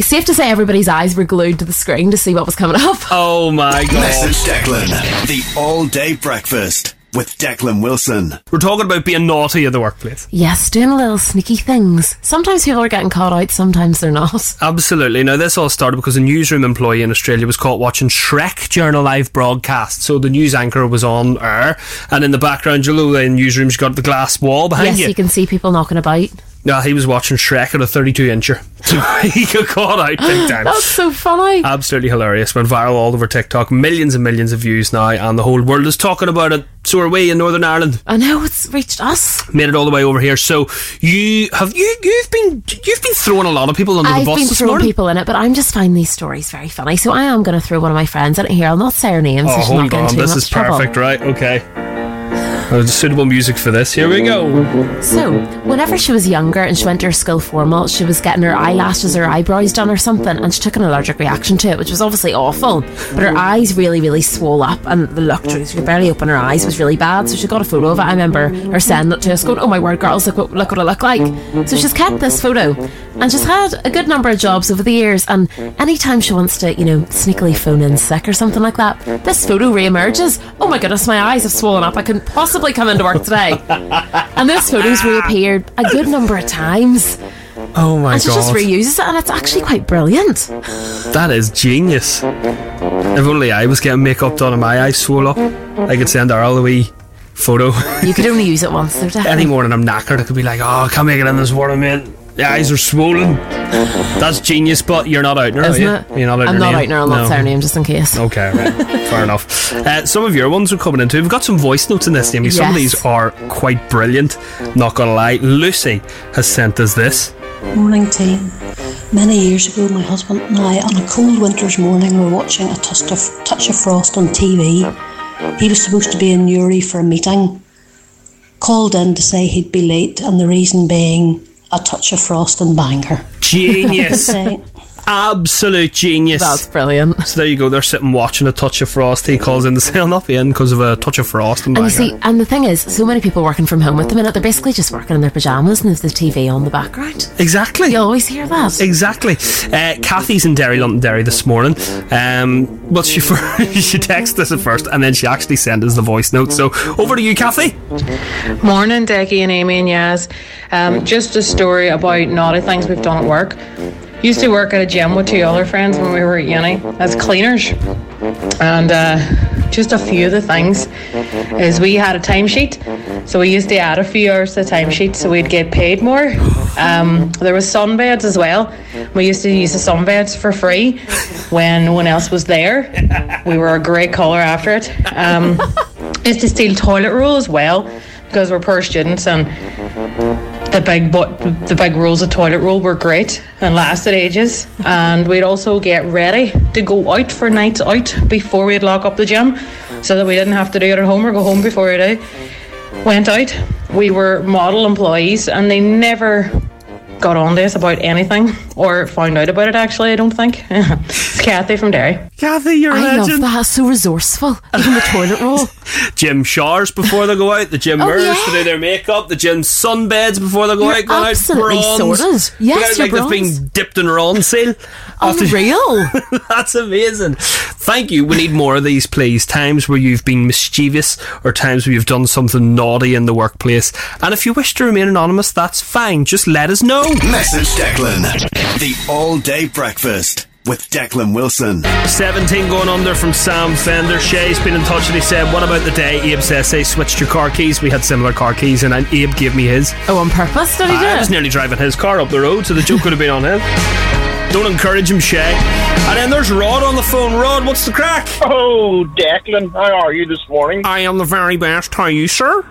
Speaker 3: safe to say everybody's eyes were glued to the screen to see what was coming up.
Speaker 2: Oh my god.
Speaker 1: Message Declan. The all day breakfast with Declan Wilson.
Speaker 2: We're talking about being naughty in the workplace.
Speaker 3: Yes, doing little sneaky things. Sometimes people are getting caught out, sometimes they're not.
Speaker 2: Absolutely. Now, this all started because a newsroom employee in Australia was caught watching Shrek during a live broadcast. So the news anchor was on air, and in the background, you know, the newsroom, she got the glass wall behind
Speaker 3: yes,
Speaker 2: you.
Speaker 3: you can see people knocking about.
Speaker 2: No, he was watching Shrek on a 32 incher. So he got caught out big time.
Speaker 3: That's so funny.
Speaker 2: Absolutely hilarious. Went viral all over TikTok. Millions and millions of views now, and the whole world is talking about it. So are we in Northern Ireland.
Speaker 3: I know it's reached us.
Speaker 2: Made it all the way over here. So you have you you've been you've been throwing a lot of people under
Speaker 3: I've
Speaker 2: the bus
Speaker 3: been
Speaker 2: this
Speaker 3: throwing
Speaker 2: morning.
Speaker 3: people in it, but I'm just finding these stories very funny. So I am going to throw one of my friends in it here. I'll not say her name, so
Speaker 2: oh,
Speaker 3: she's not
Speaker 2: hold
Speaker 3: getting
Speaker 2: on.
Speaker 3: too
Speaker 2: This
Speaker 3: much
Speaker 2: is
Speaker 3: trouble.
Speaker 2: perfect, right? Okay. Uh, suitable music for this. Here we go.
Speaker 3: So, whenever she was younger and she went to her school formal, she was getting her eyelashes or eyebrows done or something, and she took an allergic reaction to it, which was obviously awful. But her eyes really, really swole up, and the look through, she could barely open her eyes, was really bad. So, she got a photo of it. I remember her sending it to us, going, Oh my word, girls, look what, look what I look like. So, she's kept this photo, and she's had a good number of jobs over the years. And anytime she wants to, you know, sneakily phone in sick or something like that, this photo re emerges. Oh my goodness, my eyes have swollen up. I couldn't possibly come into work today. And this photo's reappeared a good number of times.
Speaker 2: Oh my
Speaker 3: and she just
Speaker 2: god.
Speaker 3: reuses it, and it's actually quite brilliant.
Speaker 2: that is genius. If only I was getting makeup done and my eyes swole up, I could send her all the wee photo.
Speaker 3: You could only use it once, though, definitely.
Speaker 2: Any morning I'm knackered, I could be like, oh, I can't make it in this morning, man. The eyes are swollen. That's genius, but you're not out there, are
Speaker 3: Isn't
Speaker 2: you?
Speaker 3: it?
Speaker 2: You're not out
Speaker 3: I'm
Speaker 2: there,
Speaker 3: not
Speaker 2: Neil.
Speaker 3: out now, I'll not
Speaker 2: No.
Speaker 3: say her name just in case.
Speaker 2: Okay, right. fair enough. Uh, some of your ones are coming in too. We've got some voice notes in this, Amy. Some of
Speaker 3: Yes.
Speaker 2: these are quite brilliant. Not gonna lie, Lucy has sent us this.
Speaker 14: Morning team. Many years ago, my husband and I, on a cold winter's morning, were watching a touch of, touch of frost on TV. He was supposed to be in Newry for a meeting. Called in to say he'd be late, and the reason being a touch of frost and banger.
Speaker 2: Genius. Absolute genius. That's
Speaker 3: brilliant.
Speaker 2: So there you go. They're sitting watching a touch of frost. He calls in the sale not the end because of a touch of frost. And
Speaker 3: And you
Speaker 2: bang
Speaker 3: see,
Speaker 2: on.
Speaker 3: and the thing is, so many people working from home at the minute, they're basically just working in their pyjamas and there's the TV on the background.
Speaker 2: Exactly.
Speaker 3: You always hear that.
Speaker 2: Exactly. Uh, Kathy's in Derry, London, Derry this morning. Um, well, she first, she texted us at first, and then she actually sent us the voice note. So over to you, Kathy.
Speaker 15: Morning, Decky and Amy and Yaz. Um, just a story about naughty things we've done at work. Used to work at a gym with two other friends when we were at uni as cleaners, and uh, just a few of the things is we had a timesheet, so we used to add a few hours to the timesheet so we'd get paid more. Um, there was sunbeds as well. We used to use the sunbeds for free when no one else was there. We were a great caller after it. Um, used to steal toilet roll as well because we're poor students and the big bo- the big rules of toilet roll were great and lasted ages. And we'd also get ready to go out for nights out before we'd lock up the gym, so that we didn't have to do it at home or go home before we do. Went out. We were model employees, and they never got on to us about anything or found out about it. Actually, I don't think. it's Kathy from Derry.
Speaker 2: Kathy, you're
Speaker 3: I
Speaker 15: a
Speaker 3: love
Speaker 15: legend.
Speaker 3: that. So resourceful. Even the toilet roll.
Speaker 2: Gym showers before they go out. The gym
Speaker 3: Oh,
Speaker 2: mirrors
Speaker 3: yeah.
Speaker 2: to do their makeup. The gym sunbeds before they go
Speaker 3: You're
Speaker 2: out. Going
Speaker 3: absolutely
Speaker 2: out bronze.
Speaker 3: sorted.
Speaker 2: Going
Speaker 3: Yes,
Speaker 2: out
Speaker 3: you're
Speaker 2: like they've been
Speaker 3: bronze. Oh,
Speaker 2: dipped in raw on sale.
Speaker 3: Unreal.
Speaker 2: That's amazing. Thank you. We need more of these, please. Times where you've been mischievous or times where you've done something naughty in the workplace. And if you wish to remain anonymous, that's fine. Just let us know.
Speaker 1: Message Declan. The all day breakfast with Declan Wilson.
Speaker 2: 17 going under from Sam Fender. Shay's been in touch and he said, What about the day Abe says they switched your car keys? We had similar car keys and then Abe gave me his.
Speaker 3: Oh, on purpose? Did he do
Speaker 2: I
Speaker 3: it?
Speaker 2: was nearly driving his car up the road, so the joke could have been on him. Don't encourage him, Shay. And then there's Rod on the phone. Rod, what's the crack?
Speaker 16: Oh, Declan, how are you this morning?
Speaker 2: I am the very best. How are you, sir?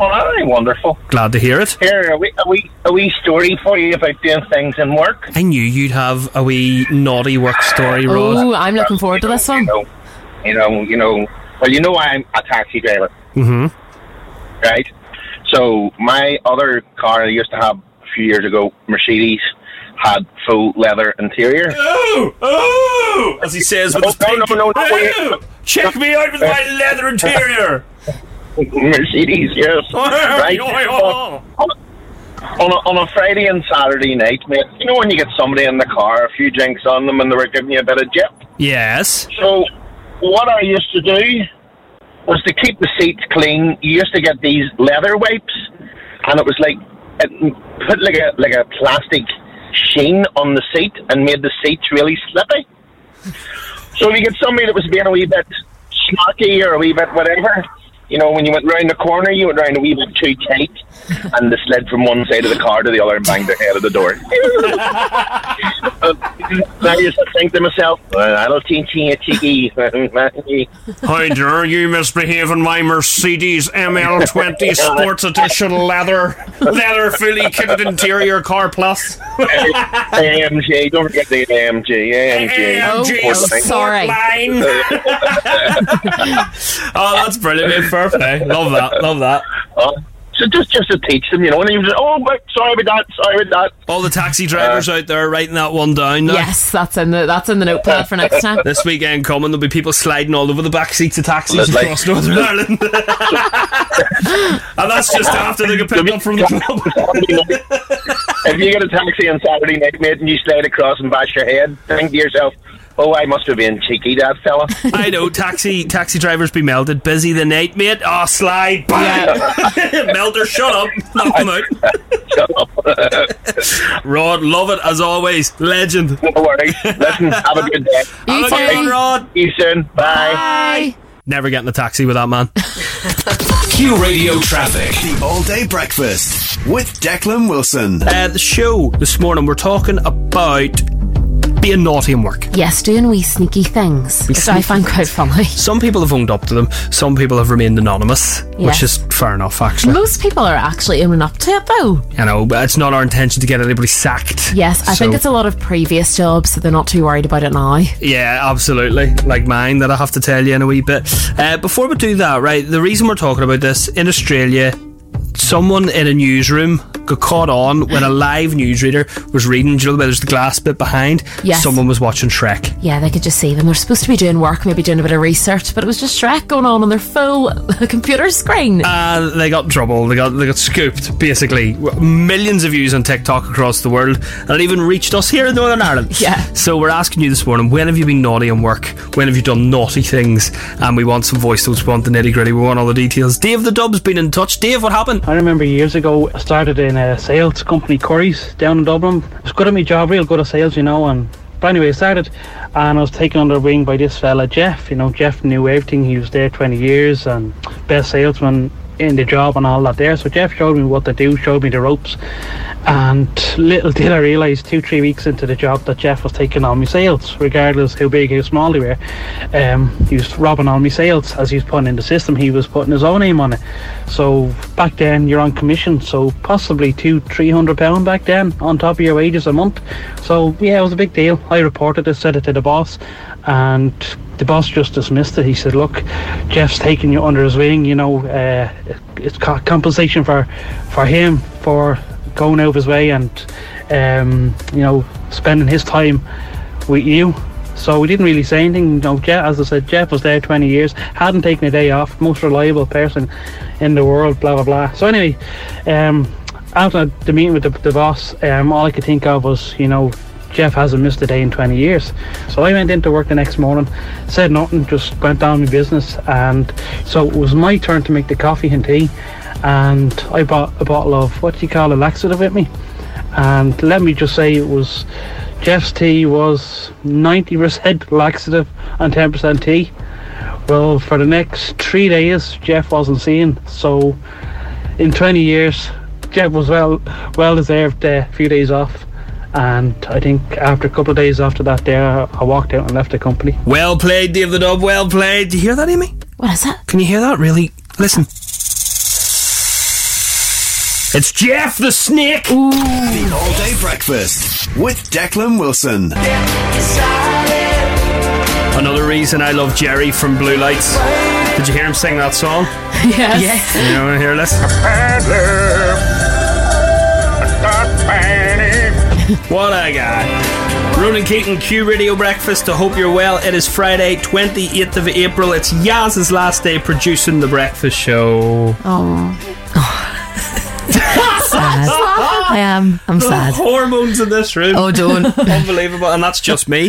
Speaker 16: Well, aren't I wonderful?
Speaker 2: Glad to hear it.
Speaker 16: Here, a wee, a, wee, a wee story for you about doing things in work.
Speaker 2: I knew you'd have a wee naughty work story, Rod.
Speaker 3: Oh, I'm looking forward to this one.
Speaker 16: You know, you know, well, you know I'm a taxi driver,
Speaker 2: Mm-hmm.
Speaker 16: right? So my other car I used to have a few years ago, Mercedes, had full leather interior.
Speaker 2: Oh, oh, as he says with his pinky.
Speaker 16: no, no, no, wait.
Speaker 2: Oh, check me out with my leather interior.
Speaker 16: Mercedes, yes.
Speaker 2: Oh,
Speaker 16: right.
Speaker 2: oh, oh, oh.
Speaker 16: on a, on a Friday and Saturday night, mate, you know when you get somebody in the car, a few drinks on them, and they were giving you a bit of jip.
Speaker 2: Yes.
Speaker 16: So, what I used to do was to keep the seats clean. You used to get these leather wipes, and it was like it put like a like a plastic sheen on the seat and made the seats really slippy. So if you get somebody that was being a wee bit snarky or a wee bit whatever, you know, when you went round the corner, you went round a wee bit too tight, and they slid from one side of the car to the other and banged their head at the door. And I used to think to myself, well, that'll teach you a cheeky.
Speaker 17: Hi there, you misbehaving my Mercedes ML20 Sports Edition leather, leather fully kitted interior car plus.
Speaker 16: AMG, don't forget the AMG, AMG.
Speaker 17: AMG,
Speaker 16: Ford Line.
Speaker 17: sorry.
Speaker 2: Oh, that's brilliant. mate. Fair play. Love that. Love that.
Speaker 16: so just just to teach them, you know, and you just oh, wait, sorry about that, sorry about that.
Speaker 2: All the taxi drivers out there writing that one down. now.
Speaker 3: Yes, that's in the that's in the notepad for next time.
Speaker 2: This weekend coming, there'll be people sliding all over the back seats of taxis
Speaker 16: Look like-
Speaker 2: across Northern Ireland. and that's just after they get picked up from the club.
Speaker 16: if you get a taxi on Saturday night, mate, and you slide across and bash your head, think to yourself, oh, I must have been cheeky, that fella.
Speaker 2: I know taxi taxi drivers be melted. Busy the night, mate. Oh, slide, bang. Melder, shut up. Knock them out. Rod, love it as always. Legend.
Speaker 16: No worries. Listen, have a good day.
Speaker 2: You
Speaker 16: Have a good
Speaker 2: too.
Speaker 16: day,
Speaker 2: Rod.
Speaker 16: See you soon. Bye.
Speaker 2: Never getting a taxi with that man.
Speaker 10: Q Radio Traffic.
Speaker 1: The All Day Breakfast with Declan Wilson.
Speaker 2: Uh, the show this morning, we're talking about being naughty in work.
Speaker 3: Yes, doing wee sneaky things, which I find quite funny.
Speaker 2: Some people have owned up to them. Some people have remained anonymous, which
Speaker 3: Yes.
Speaker 2: is fair enough, actually.
Speaker 3: Most people are actually owning up to it, though.
Speaker 2: You know, but it's not our intention to get anybody sacked.
Speaker 3: Yes, I think
Speaker 2: So-
Speaker 3: it's a lot of previous jobs, so they're not too worried about it now.
Speaker 2: Yeah, absolutely. Like mine that I have to tell you in a wee bit. Uh, before we do that, right, the reason we're talking about this in Australia, someone in a newsroom got caught on when a live newsreader was reading. Do you know where there's the glass bit behind?
Speaker 3: Yes.
Speaker 2: Someone was watching Shrek.
Speaker 3: Yeah, they could just see them. They're supposed to be doing work, maybe doing a bit of research, but it was just Shrek going on on their full computer screen.
Speaker 2: Uh, they got in trouble. They got they got scooped. Basically, millions of views on TikTok across the world, and it even reached us here in Northern Ireland.
Speaker 3: Yeah.
Speaker 2: So we're asking you this morning: When have you been naughty in work? When have you done naughty things? And we want some voice notes. We want the nitty gritty. We want all the details. Dave the Dub's been in touch. Dave, what happened?
Speaker 18: I remember years ago, I started in a sales company, Curry's, down in Dublin. I was good at my job, real good at sales, you know. And but anyway, I started, and I was taken under the wing by this fella, Jeff. You know, Jeff knew everything. He was there 20 years and best salesman in the job and all that there. So Jeff showed me what to do, showed me the ropes, and little did I realise, two three weeks into the job, that Jeff was taking all my sales, regardless how big how small they were. Um, he was robbing all my sales as he was putting in the system. He was putting his own name on it. So back then you're on commission, so possibly two, three hundred pound back then on top of your wages a month. So yeah, it was a big deal. I reported it, said it to the boss, and the boss just dismissed it. He said, "Look, Jeff's taking you under his wing. You know, uh, it's co- compensation for for him for going out of his way and um, you know spending his time with you." So we didn't really say anything. You know, Jeff, as I said, Jeff was there 20 years, hadn't taken a day off, most reliable person in the world, blah blah blah. So anyway, um, after the meeting with the, the boss, um, all I could think of was, you know, Jeff hasn't missed a day in 20 years. So I went into work the next morning, said nothing, just went down my business. And so it was my turn to make the coffee and tea. And I bought a bottle of what do you call a laxative with me. And let me just say it was Jeff's tea was 90% laxative and 10% tea. Well, for the next three days, Jeff wasn't seen. So in 20 years, Jeff was well well deserved a few days off. And I think after a couple of days after that, there I walked out and left the company.
Speaker 2: Well played, Dave the Dub. Well played. Do you hear that, Amy?
Speaker 3: What is that?
Speaker 2: Can you hear that? Really? Listen. It's Jeff the Snake.
Speaker 1: The All Day Breakfast with Declan Wilson.
Speaker 2: Another reason I love Jerry from Blue Lights. Did you hear him sing that song?
Speaker 12: Yes.
Speaker 2: Yes. You want to hear this? What a guy. Ronan Keaton, Q Radio Breakfast. I hope you're well. It is Friday, 28th of April. It's Yaz's last day
Speaker 13: Oh,
Speaker 2: producing The Breakfast Show.
Speaker 3: Oh. Sad.
Speaker 13: I am. I'm
Speaker 2: The
Speaker 13: sad.
Speaker 2: Hormones in this room.
Speaker 13: Oh, don't.
Speaker 2: Unbelievable. And that's just me.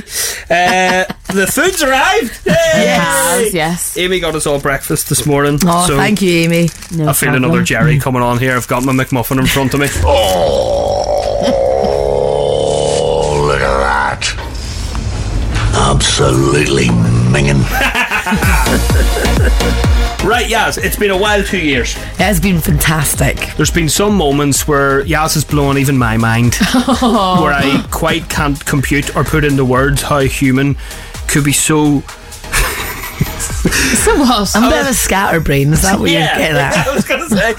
Speaker 2: Uh, the food's arrived. Yes.
Speaker 3: yes.
Speaker 2: Amy got us all breakfast this morning.
Speaker 13: Oh,
Speaker 2: so
Speaker 13: thank you, Amy.
Speaker 2: I feel another Jerry coming on here. I've got my McMuffin in front of me.
Speaker 19: Oh, look at that. Absolutely minging.
Speaker 2: Right, Yaz, it's been a while, two years.
Speaker 13: It has been fantastic.
Speaker 2: There's been some moments where Yaz has blown even my mind, where I quite can't compute or put into words how a human could be so.
Speaker 13: So what? I'm a bit of a scatterbrain. Is that what
Speaker 2: Yeah,
Speaker 13: you're getting
Speaker 2: I
Speaker 13: at?
Speaker 2: was going to say.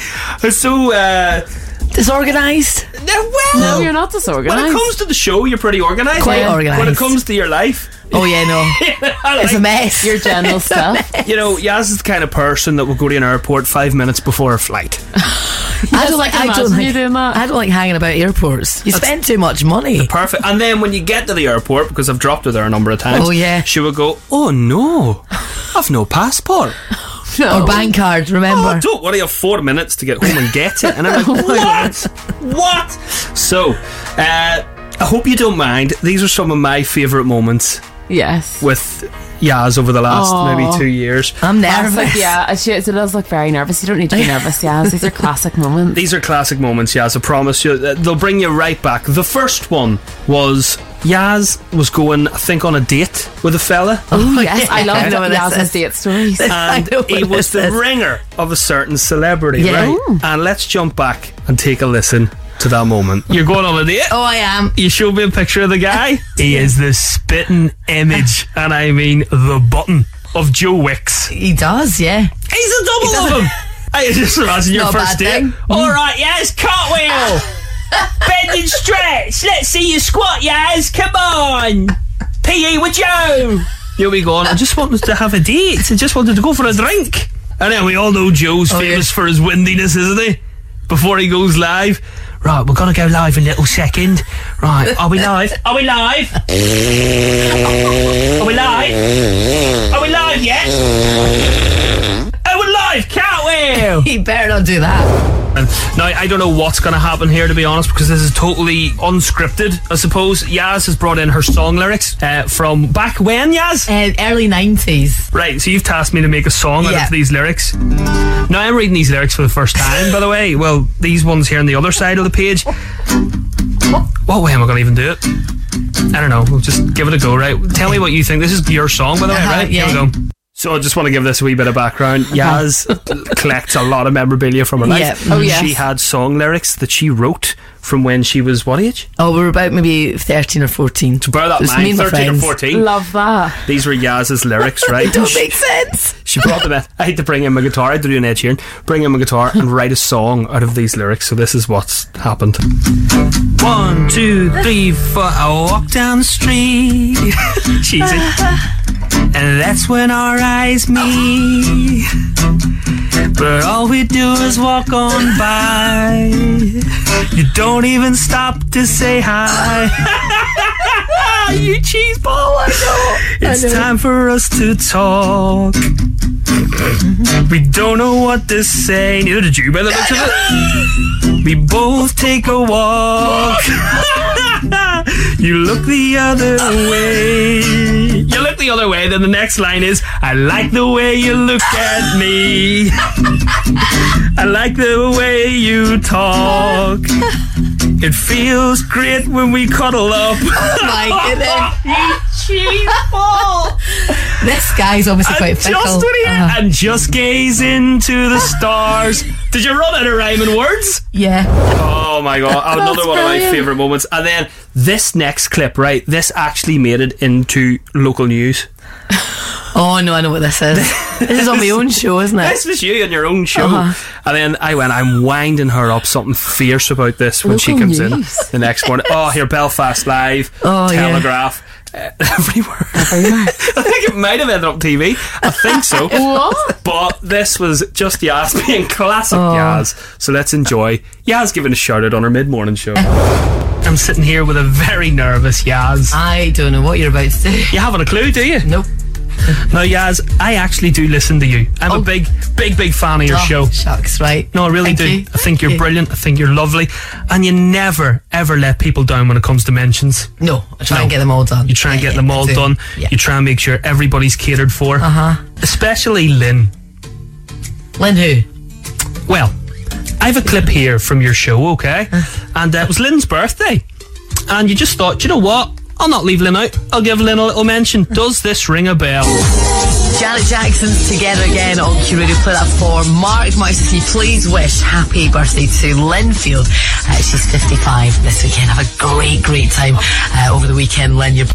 Speaker 2: It's so. Uh,
Speaker 13: Disorganised?
Speaker 2: No, well,
Speaker 3: Oh,
Speaker 13: No, you're not
Speaker 2: When it
Speaker 13: disorganised.
Speaker 2: comes to the show, you're pretty organised.
Speaker 13: Quite
Speaker 2: Yeah. When it
Speaker 13: organised.
Speaker 2: comes to your life,
Speaker 13: Oh yeah, no.
Speaker 2: it's a
Speaker 13: mess.
Speaker 3: Your general
Speaker 2: It's a
Speaker 3: stuff.
Speaker 2: you know, Yaz is the kind of person that will go to an airport five minutes before a flight.
Speaker 13: I don't like.
Speaker 3: I can
Speaker 13: I don't
Speaker 3: imagine
Speaker 13: like.
Speaker 3: you doing that.
Speaker 13: I don't like hanging about airports. You spend too much money.
Speaker 2: Perfect. And then when you get to the airport, because I've dropped her there a number of times.
Speaker 13: Oh, yeah.
Speaker 2: She would go, "Oh no, I've no passport."
Speaker 3: Oh.
Speaker 13: Or bank card.
Speaker 2: Oh,
Speaker 13: Remember?
Speaker 2: don't worry, you have four minutes to get home and get it. And I'm
Speaker 13: Oh,
Speaker 2: like, what? what? So, uh, I hope you don't mind. These are some of my favourite moments
Speaker 3: Yes.
Speaker 2: with Yaz over the last
Speaker 3: Aw.
Speaker 2: maybe two years.
Speaker 13: I'm
Speaker 3: I was like, yeah, and she, it does look very nervous. You don't need to be nervous, yeah. These are classic moments.
Speaker 2: These are classic moments, Yaz. I promise you, uh, they'll bring you right back. The first one was Yaz was going, I think, on a date with a fella.
Speaker 3: Oh, yes, I love
Speaker 13: I know what this
Speaker 3: Yaz's
Speaker 13: is.
Speaker 3: date stories.
Speaker 2: and he was the ringer of a certain celebrity,
Speaker 13: Yeah.
Speaker 2: right? And let's jump back and take a listen to that moment. You're going on a date.
Speaker 13: Oh, I am.
Speaker 2: You show me a picture of the guy. he is the spitting image, and I mean the button of Joe Wicks.
Speaker 13: He does, yeah.
Speaker 2: He's a double of him. I just imagine your
Speaker 13: Not a
Speaker 2: first
Speaker 13: bad
Speaker 2: date.
Speaker 13: thing.
Speaker 2: All right, yes, cartwheel. Bend and stretch. Let's see you squat, yes. Come on. PE with Joe. Here we go. I just wanted to have a date. I just wanted to go for a drink. And then we all know Joe's
Speaker 13: Oh,
Speaker 2: famous for his windiness, isn't he? Before he goes live. Right, we're going to go live in a little second. Right, are we live? Are we live? Are we live? Are we live yet? Are we live? Can't
Speaker 13: he better not do that.
Speaker 2: And now I don't know what's going to happen here, to be honest, because this is totally unscripted. I suppose Yaz has brought in her song lyrics uh, from back when Yaz,
Speaker 13: uh, early nineties.
Speaker 2: Right, so you've tasked me to make a song out
Speaker 13: Yeah.
Speaker 2: of these lyrics. Now I'm reading these lyrics for the first time, by the way. Well, these ones here on the other side of the page. What way am I going to even do it? I don't know. We'll just give it a go, right? Tell me what you think. This is your song, by the way,
Speaker 13: Uh-huh,
Speaker 2: right? Here we
Speaker 13: yeah. Uh-huh.
Speaker 2: go. So I just want to give this a wee bit of background. Yaz collects a lot of memorabilia from her life.
Speaker 13: Yeah. Oh, yes.
Speaker 2: She had song lyrics that she wrote from when she was what age?
Speaker 13: Oh, we were about maybe thirteen or fourteen. To
Speaker 2: bear that in mind, 13 or 14.
Speaker 3: Love that.
Speaker 2: These were Yaz's lyrics, right?
Speaker 13: Don't make sense.
Speaker 2: She brought them in. I had to bring in my guitar. I had to do an Ed Sheeran. Bring in my guitar and write a song out of these lyrics. So this is what's happened. One, two, three, four. I walk down the street. Cheesy. And that's when our eyes meet. But all we do is walk on by. You don't even stop to say hi. you cheese ball, I know. It's time for us to talk. We don't know what to say. Neither did you, by the looks of it. We both take a walk. you look the other way. You look the other way. Then the next line is, I like the way you look at me. I like the way you talk. It feels great when we cuddle up.
Speaker 13: Oh my goodness.
Speaker 2: Cheese ball.
Speaker 13: This guy's obviously quite
Speaker 2: and
Speaker 13: fickle.
Speaker 2: just, when he-
Speaker 13: Uh-huh.
Speaker 2: and just gaze into the stars. Did you run out of rhyme and words?
Speaker 13: Yeah.
Speaker 2: Oh my god! Another
Speaker 13: That's
Speaker 2: one of my
Speaker 13: brilliant.
Speaker 2: favorite moments. And then this next clip, right? This actually made it into local news.
Speaker 13: Oh no, I know what this is. this is on my own show, isn't it?
Speaker 2: This was you on your own show.
Speaker 13: Uh-huh.
Speaker 2: And then I went, I'm winding her up something fierce about this when she
Speaker 13: Local
Speaker 2: comes
Speaker 13: news.
Speaker 2: in the next morning. Oh, here, Belfast Live,
Speaker 13: Oh, yeah. Oh,
Speaker 2: Telegraph, uh, everywhere. I think it might have ended up TV. I think so.
Speaker 3: What?
Speaker 2: But this was just Yaz being classic
Speaker 13: Oh.
Speaker 2: Yaz. So let's enjoy Yaz giving a shout out on her mid morning show. I'm sitting here with a very nervous Yaz.
Speaker 13: I don't know what you're about to do.
Speaker 2: You haven't a clue, do you?
Speaker 13: Ah. Nope.
Speaker 2: Now, Yaz, I actually do listen to you. I'm
Speaker 13: Oh.
Speaker 2: a big, big, big fan of your
Speaker 20: Oh,
Speaker 2: show.
Speaker 20: Shucks, right.
Speaker 2: No, I really
Speaker 20: Thank
Speaker 2: do.
Speaker 20: you.
Speaker 2: I think you're
Speaker 20: Thank you.
Speaker 2: brilliant. I think you're lovely. And you never, ever let people down when it comes to mentions.
Speaker 20: No, I try and get them all done.
Speaker 2: You try and get them all
Speaker 20: do.
Speaker 2: done.
Speaker 20: Yeah. Uh-huh.
Speaker 2: You try and make sure everybody's catered for. Uh huh. Especially Lynn.
Speaker 20: Lynn who?
Speaker 2: Well, I have a clip here from your show, okay? and uh, it was Lynn's birthday. And you just thought, "Do you know what? I'll not leave Lynn out. I'll give Lynn a little mention. Does this ring a bell?
Speaker 20: Janet Jackson's Together Again on Q Radio. Play that for Mark Marks. If you please wish happy birthday to Lynn Field. Uh, she's 55 this weekend. Have a great, great time uh, over the weekend, Lynn. You're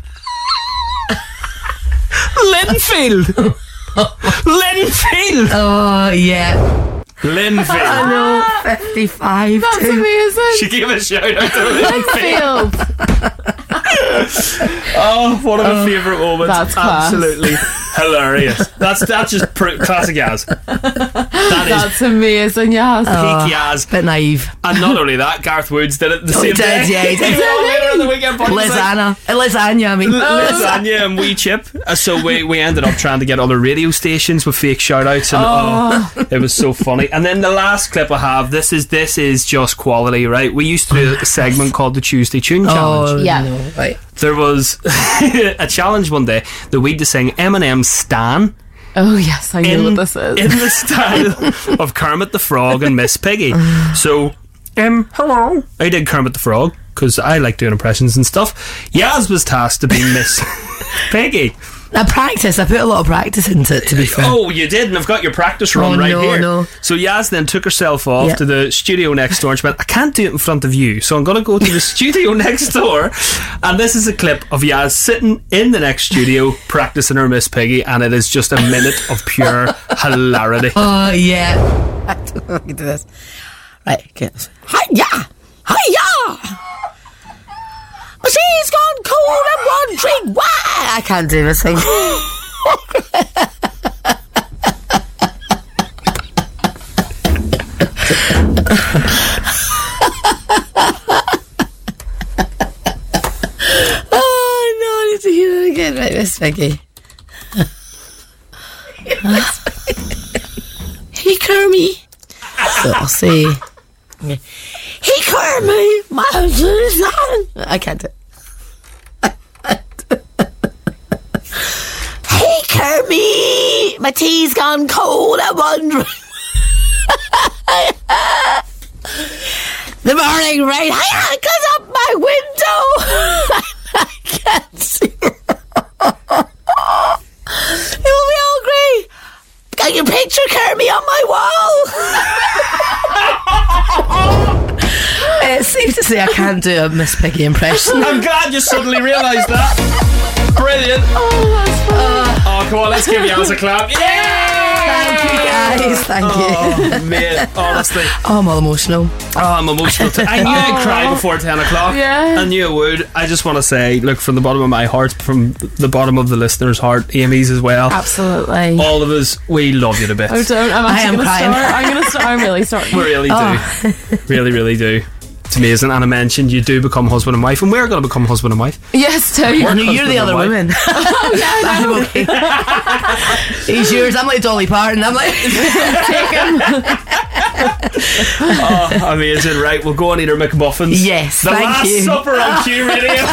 Speaker 2: Linfield. Linfield.
Speaker 20: Oh yeah.
Speaker 2: Linfield.
Speaker 20: I know. 55. That's amazing.
Speaker 2: She gave a shout out to Linfield.
Speaker 20: Linfield.
Speaker 2: Oh, one of my favourite moments.
Speaker 20: that's class.
Speaker 2: Absolutely hilarious. That's that's just pr- classic as.
Speaker 20: That's amazing, yes.
Speaker 2: Peak Yaz.
Speaker 20: Bit naive.
Speaker 2: And not only that, Garth Woods did it the
Speaker 20: Oh,
Speaker 2: same
Speaker 20: he did,
Speaker 2: day.
Speaker 20: yeah, he did.
Speaker 2: He won winner of the weekend. but he was like,
Speaker 20: Lasagna. Uh, Lasagna, I mean.
Speaker 2: Lasagna and Wee Chip. Uh, So we, we ended up trying to get other radio stations with fake shout outs and oh. it was so funny. And then the last clip I have, this is this is just quality, right? We used to do a segment called the Tuesday
Speaker 20: Oh,
Speaker 2: Tune Challenge.
Speaker 20: yeah. right.
Speaker 2: There was a challenge one day that we had to sing Eminem's Stan.
Speaker 20: Oh, yes, I
Speaker 2: in,
Speaker 20: know what this is.
Speaker 2: in the style of Kermit the Frog and Miss Piggy. So, um, hello. I did Kermit the Frog because I like doing impressions and stuff. Yaz was tasked to be Miss Piggy.
Speaker 20: I practice. I put a lot of practice into it, to be fair.
Speaker 2: Oh, you did, and I've got your practice run
Speaker 20: Oh,
Speaker 2: right
Speaker 20: no,
Speaker 2: here.
Speaker 20: no.
Speaker 2: So Yaz then took herself off
Speaker 20: Yeah.
Speaker 2: to the studio next door and she went, I can't do it in front of you, so I'm going to go to the studio next door. And this is a clip of Yaz sitting in the next studio practicing her Miss Piggy, and it is just a minute of pure hilarity.
Speaker 20: Oh, yeah. I don't know if I can do this. Right, okay. Hiya! Hiya! She's gone cold and wondering why! I can't do this thing. oh no, I need to hear that again. Right, Miss Vicky. hey Kermie. So I'll say, Hey Kermie, my husband is on. I can't do it. Hey Kermie, my tea's gone cold. I'm wondering. the morning rain hiya, comes up my window. I can't see. it will be all great. Got your picture, Kermie, on my wall. it seems to say I can't do a Miss Piggy impression.
Speaker 2: I'm glad you suddenly realised that. Brilliant.
Speaker 20: Oh, that's fun.
Speaker 2: Oh, come on, let's give Yaz a clap. Yeah!
Speaker 20: Guys, thank you.
Speaker 2: Oh, man, honestly.
Speaker 20: Oh, I'm all emotional.
Speaker 2: Oh, I'm emotional. T- I knew I'd cry
Speaker 20: Aw.
Speaker 2: before 10 o'clock.
Speaker 20: Oh. Yeah.
Speaker 2: I knew I would. I just want to say, look, from the bottom of my heart, from the bottom of the listener's heart, Amy's as well.
Speaker 3: Oh,
Speaker 20: Absolutely.
Speaker 2: All of us, we love you to bits.
Speaker 21: Oh, don't. I'm
Speaker 20: I
Speaker 21: actually
Speaker 20: am
Speaker 21: gonna
Speaker 20: crying.
Speaker 21: start. I'm gonna start. I'm really starting.
Speaker 2: We really
Speaker 20: Oh.
Speaker 2: do. really, really do. It's amazing. And I mentioned you do become husband and wife, and we're going to become husband and wife.
Speaker 20: Yes, too.
Speaker 2: We're
Speaker 20: No, you're
Speaker 2: husband
Speaker 20: the
Speaker 2: and
Speaker 20: other Oh,
Speaker 2: wife.
Speaker 20: woman. I'm okay. He's yours. I'm like Dolly Parton. I'm like. Take him.
Speaker 2: oh, amazing. Right, we'll go and eat our McMuffins.
Speaker 20: Yes,
Speaker 2: The
Speaker 20: thank
Speaker 2: Last
Speaker 20: you.
Speaker 2: Supper on Q Radio.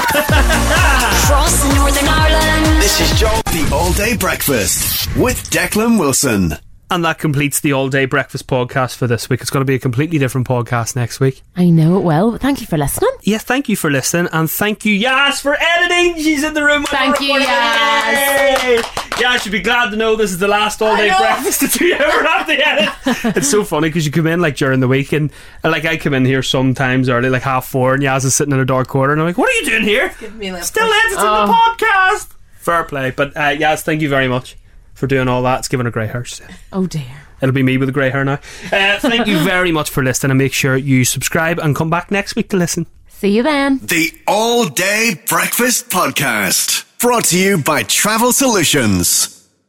Speaker 6: Cross Northern Ireland.
Speaker 1: This is Joe. The All Day Breakfast with Declan Wilson.
Speaker 2: And that completes the all day breakfast podcast for this week. It's going to be a completely different podcast next week.
Speaker 3: I know it well. Thank you for listening.
Speaker 2: Yeah, thank you for listening, and thank you, Yas, for editing. She's in the room. With
Speaker 3: Thank
Speaker 2: her
Speaker 3: you,
Speaker 2: recording.
Speaker 3: Yas.
Speaker 2: Yay! Yas should be glad to know this is the last all day
Speaker 3: I know.
Speaker 2: breakfast that you ever have to edit. it's so funny because you come in like during the week, and and, like I come in here sometimes early, like half four, and Yas is sitting in a dark corner, and I'm like, "What are you doing here?" Still editing the podcast. Oh. Fair play, but uh, Yas, thank you very much for doing all that. It's given a grey hair. She said.
Speaker 3: Oh dear.
Speaker 2: It'll be me with the grey hair now. Uh, thank you very much for listening, and make sure you subscribe and come back next week to listen.
Speaker 3: See you then.
Speaker 1: The All Day Breakfast Podcast. Brought to you by Travel Solutions.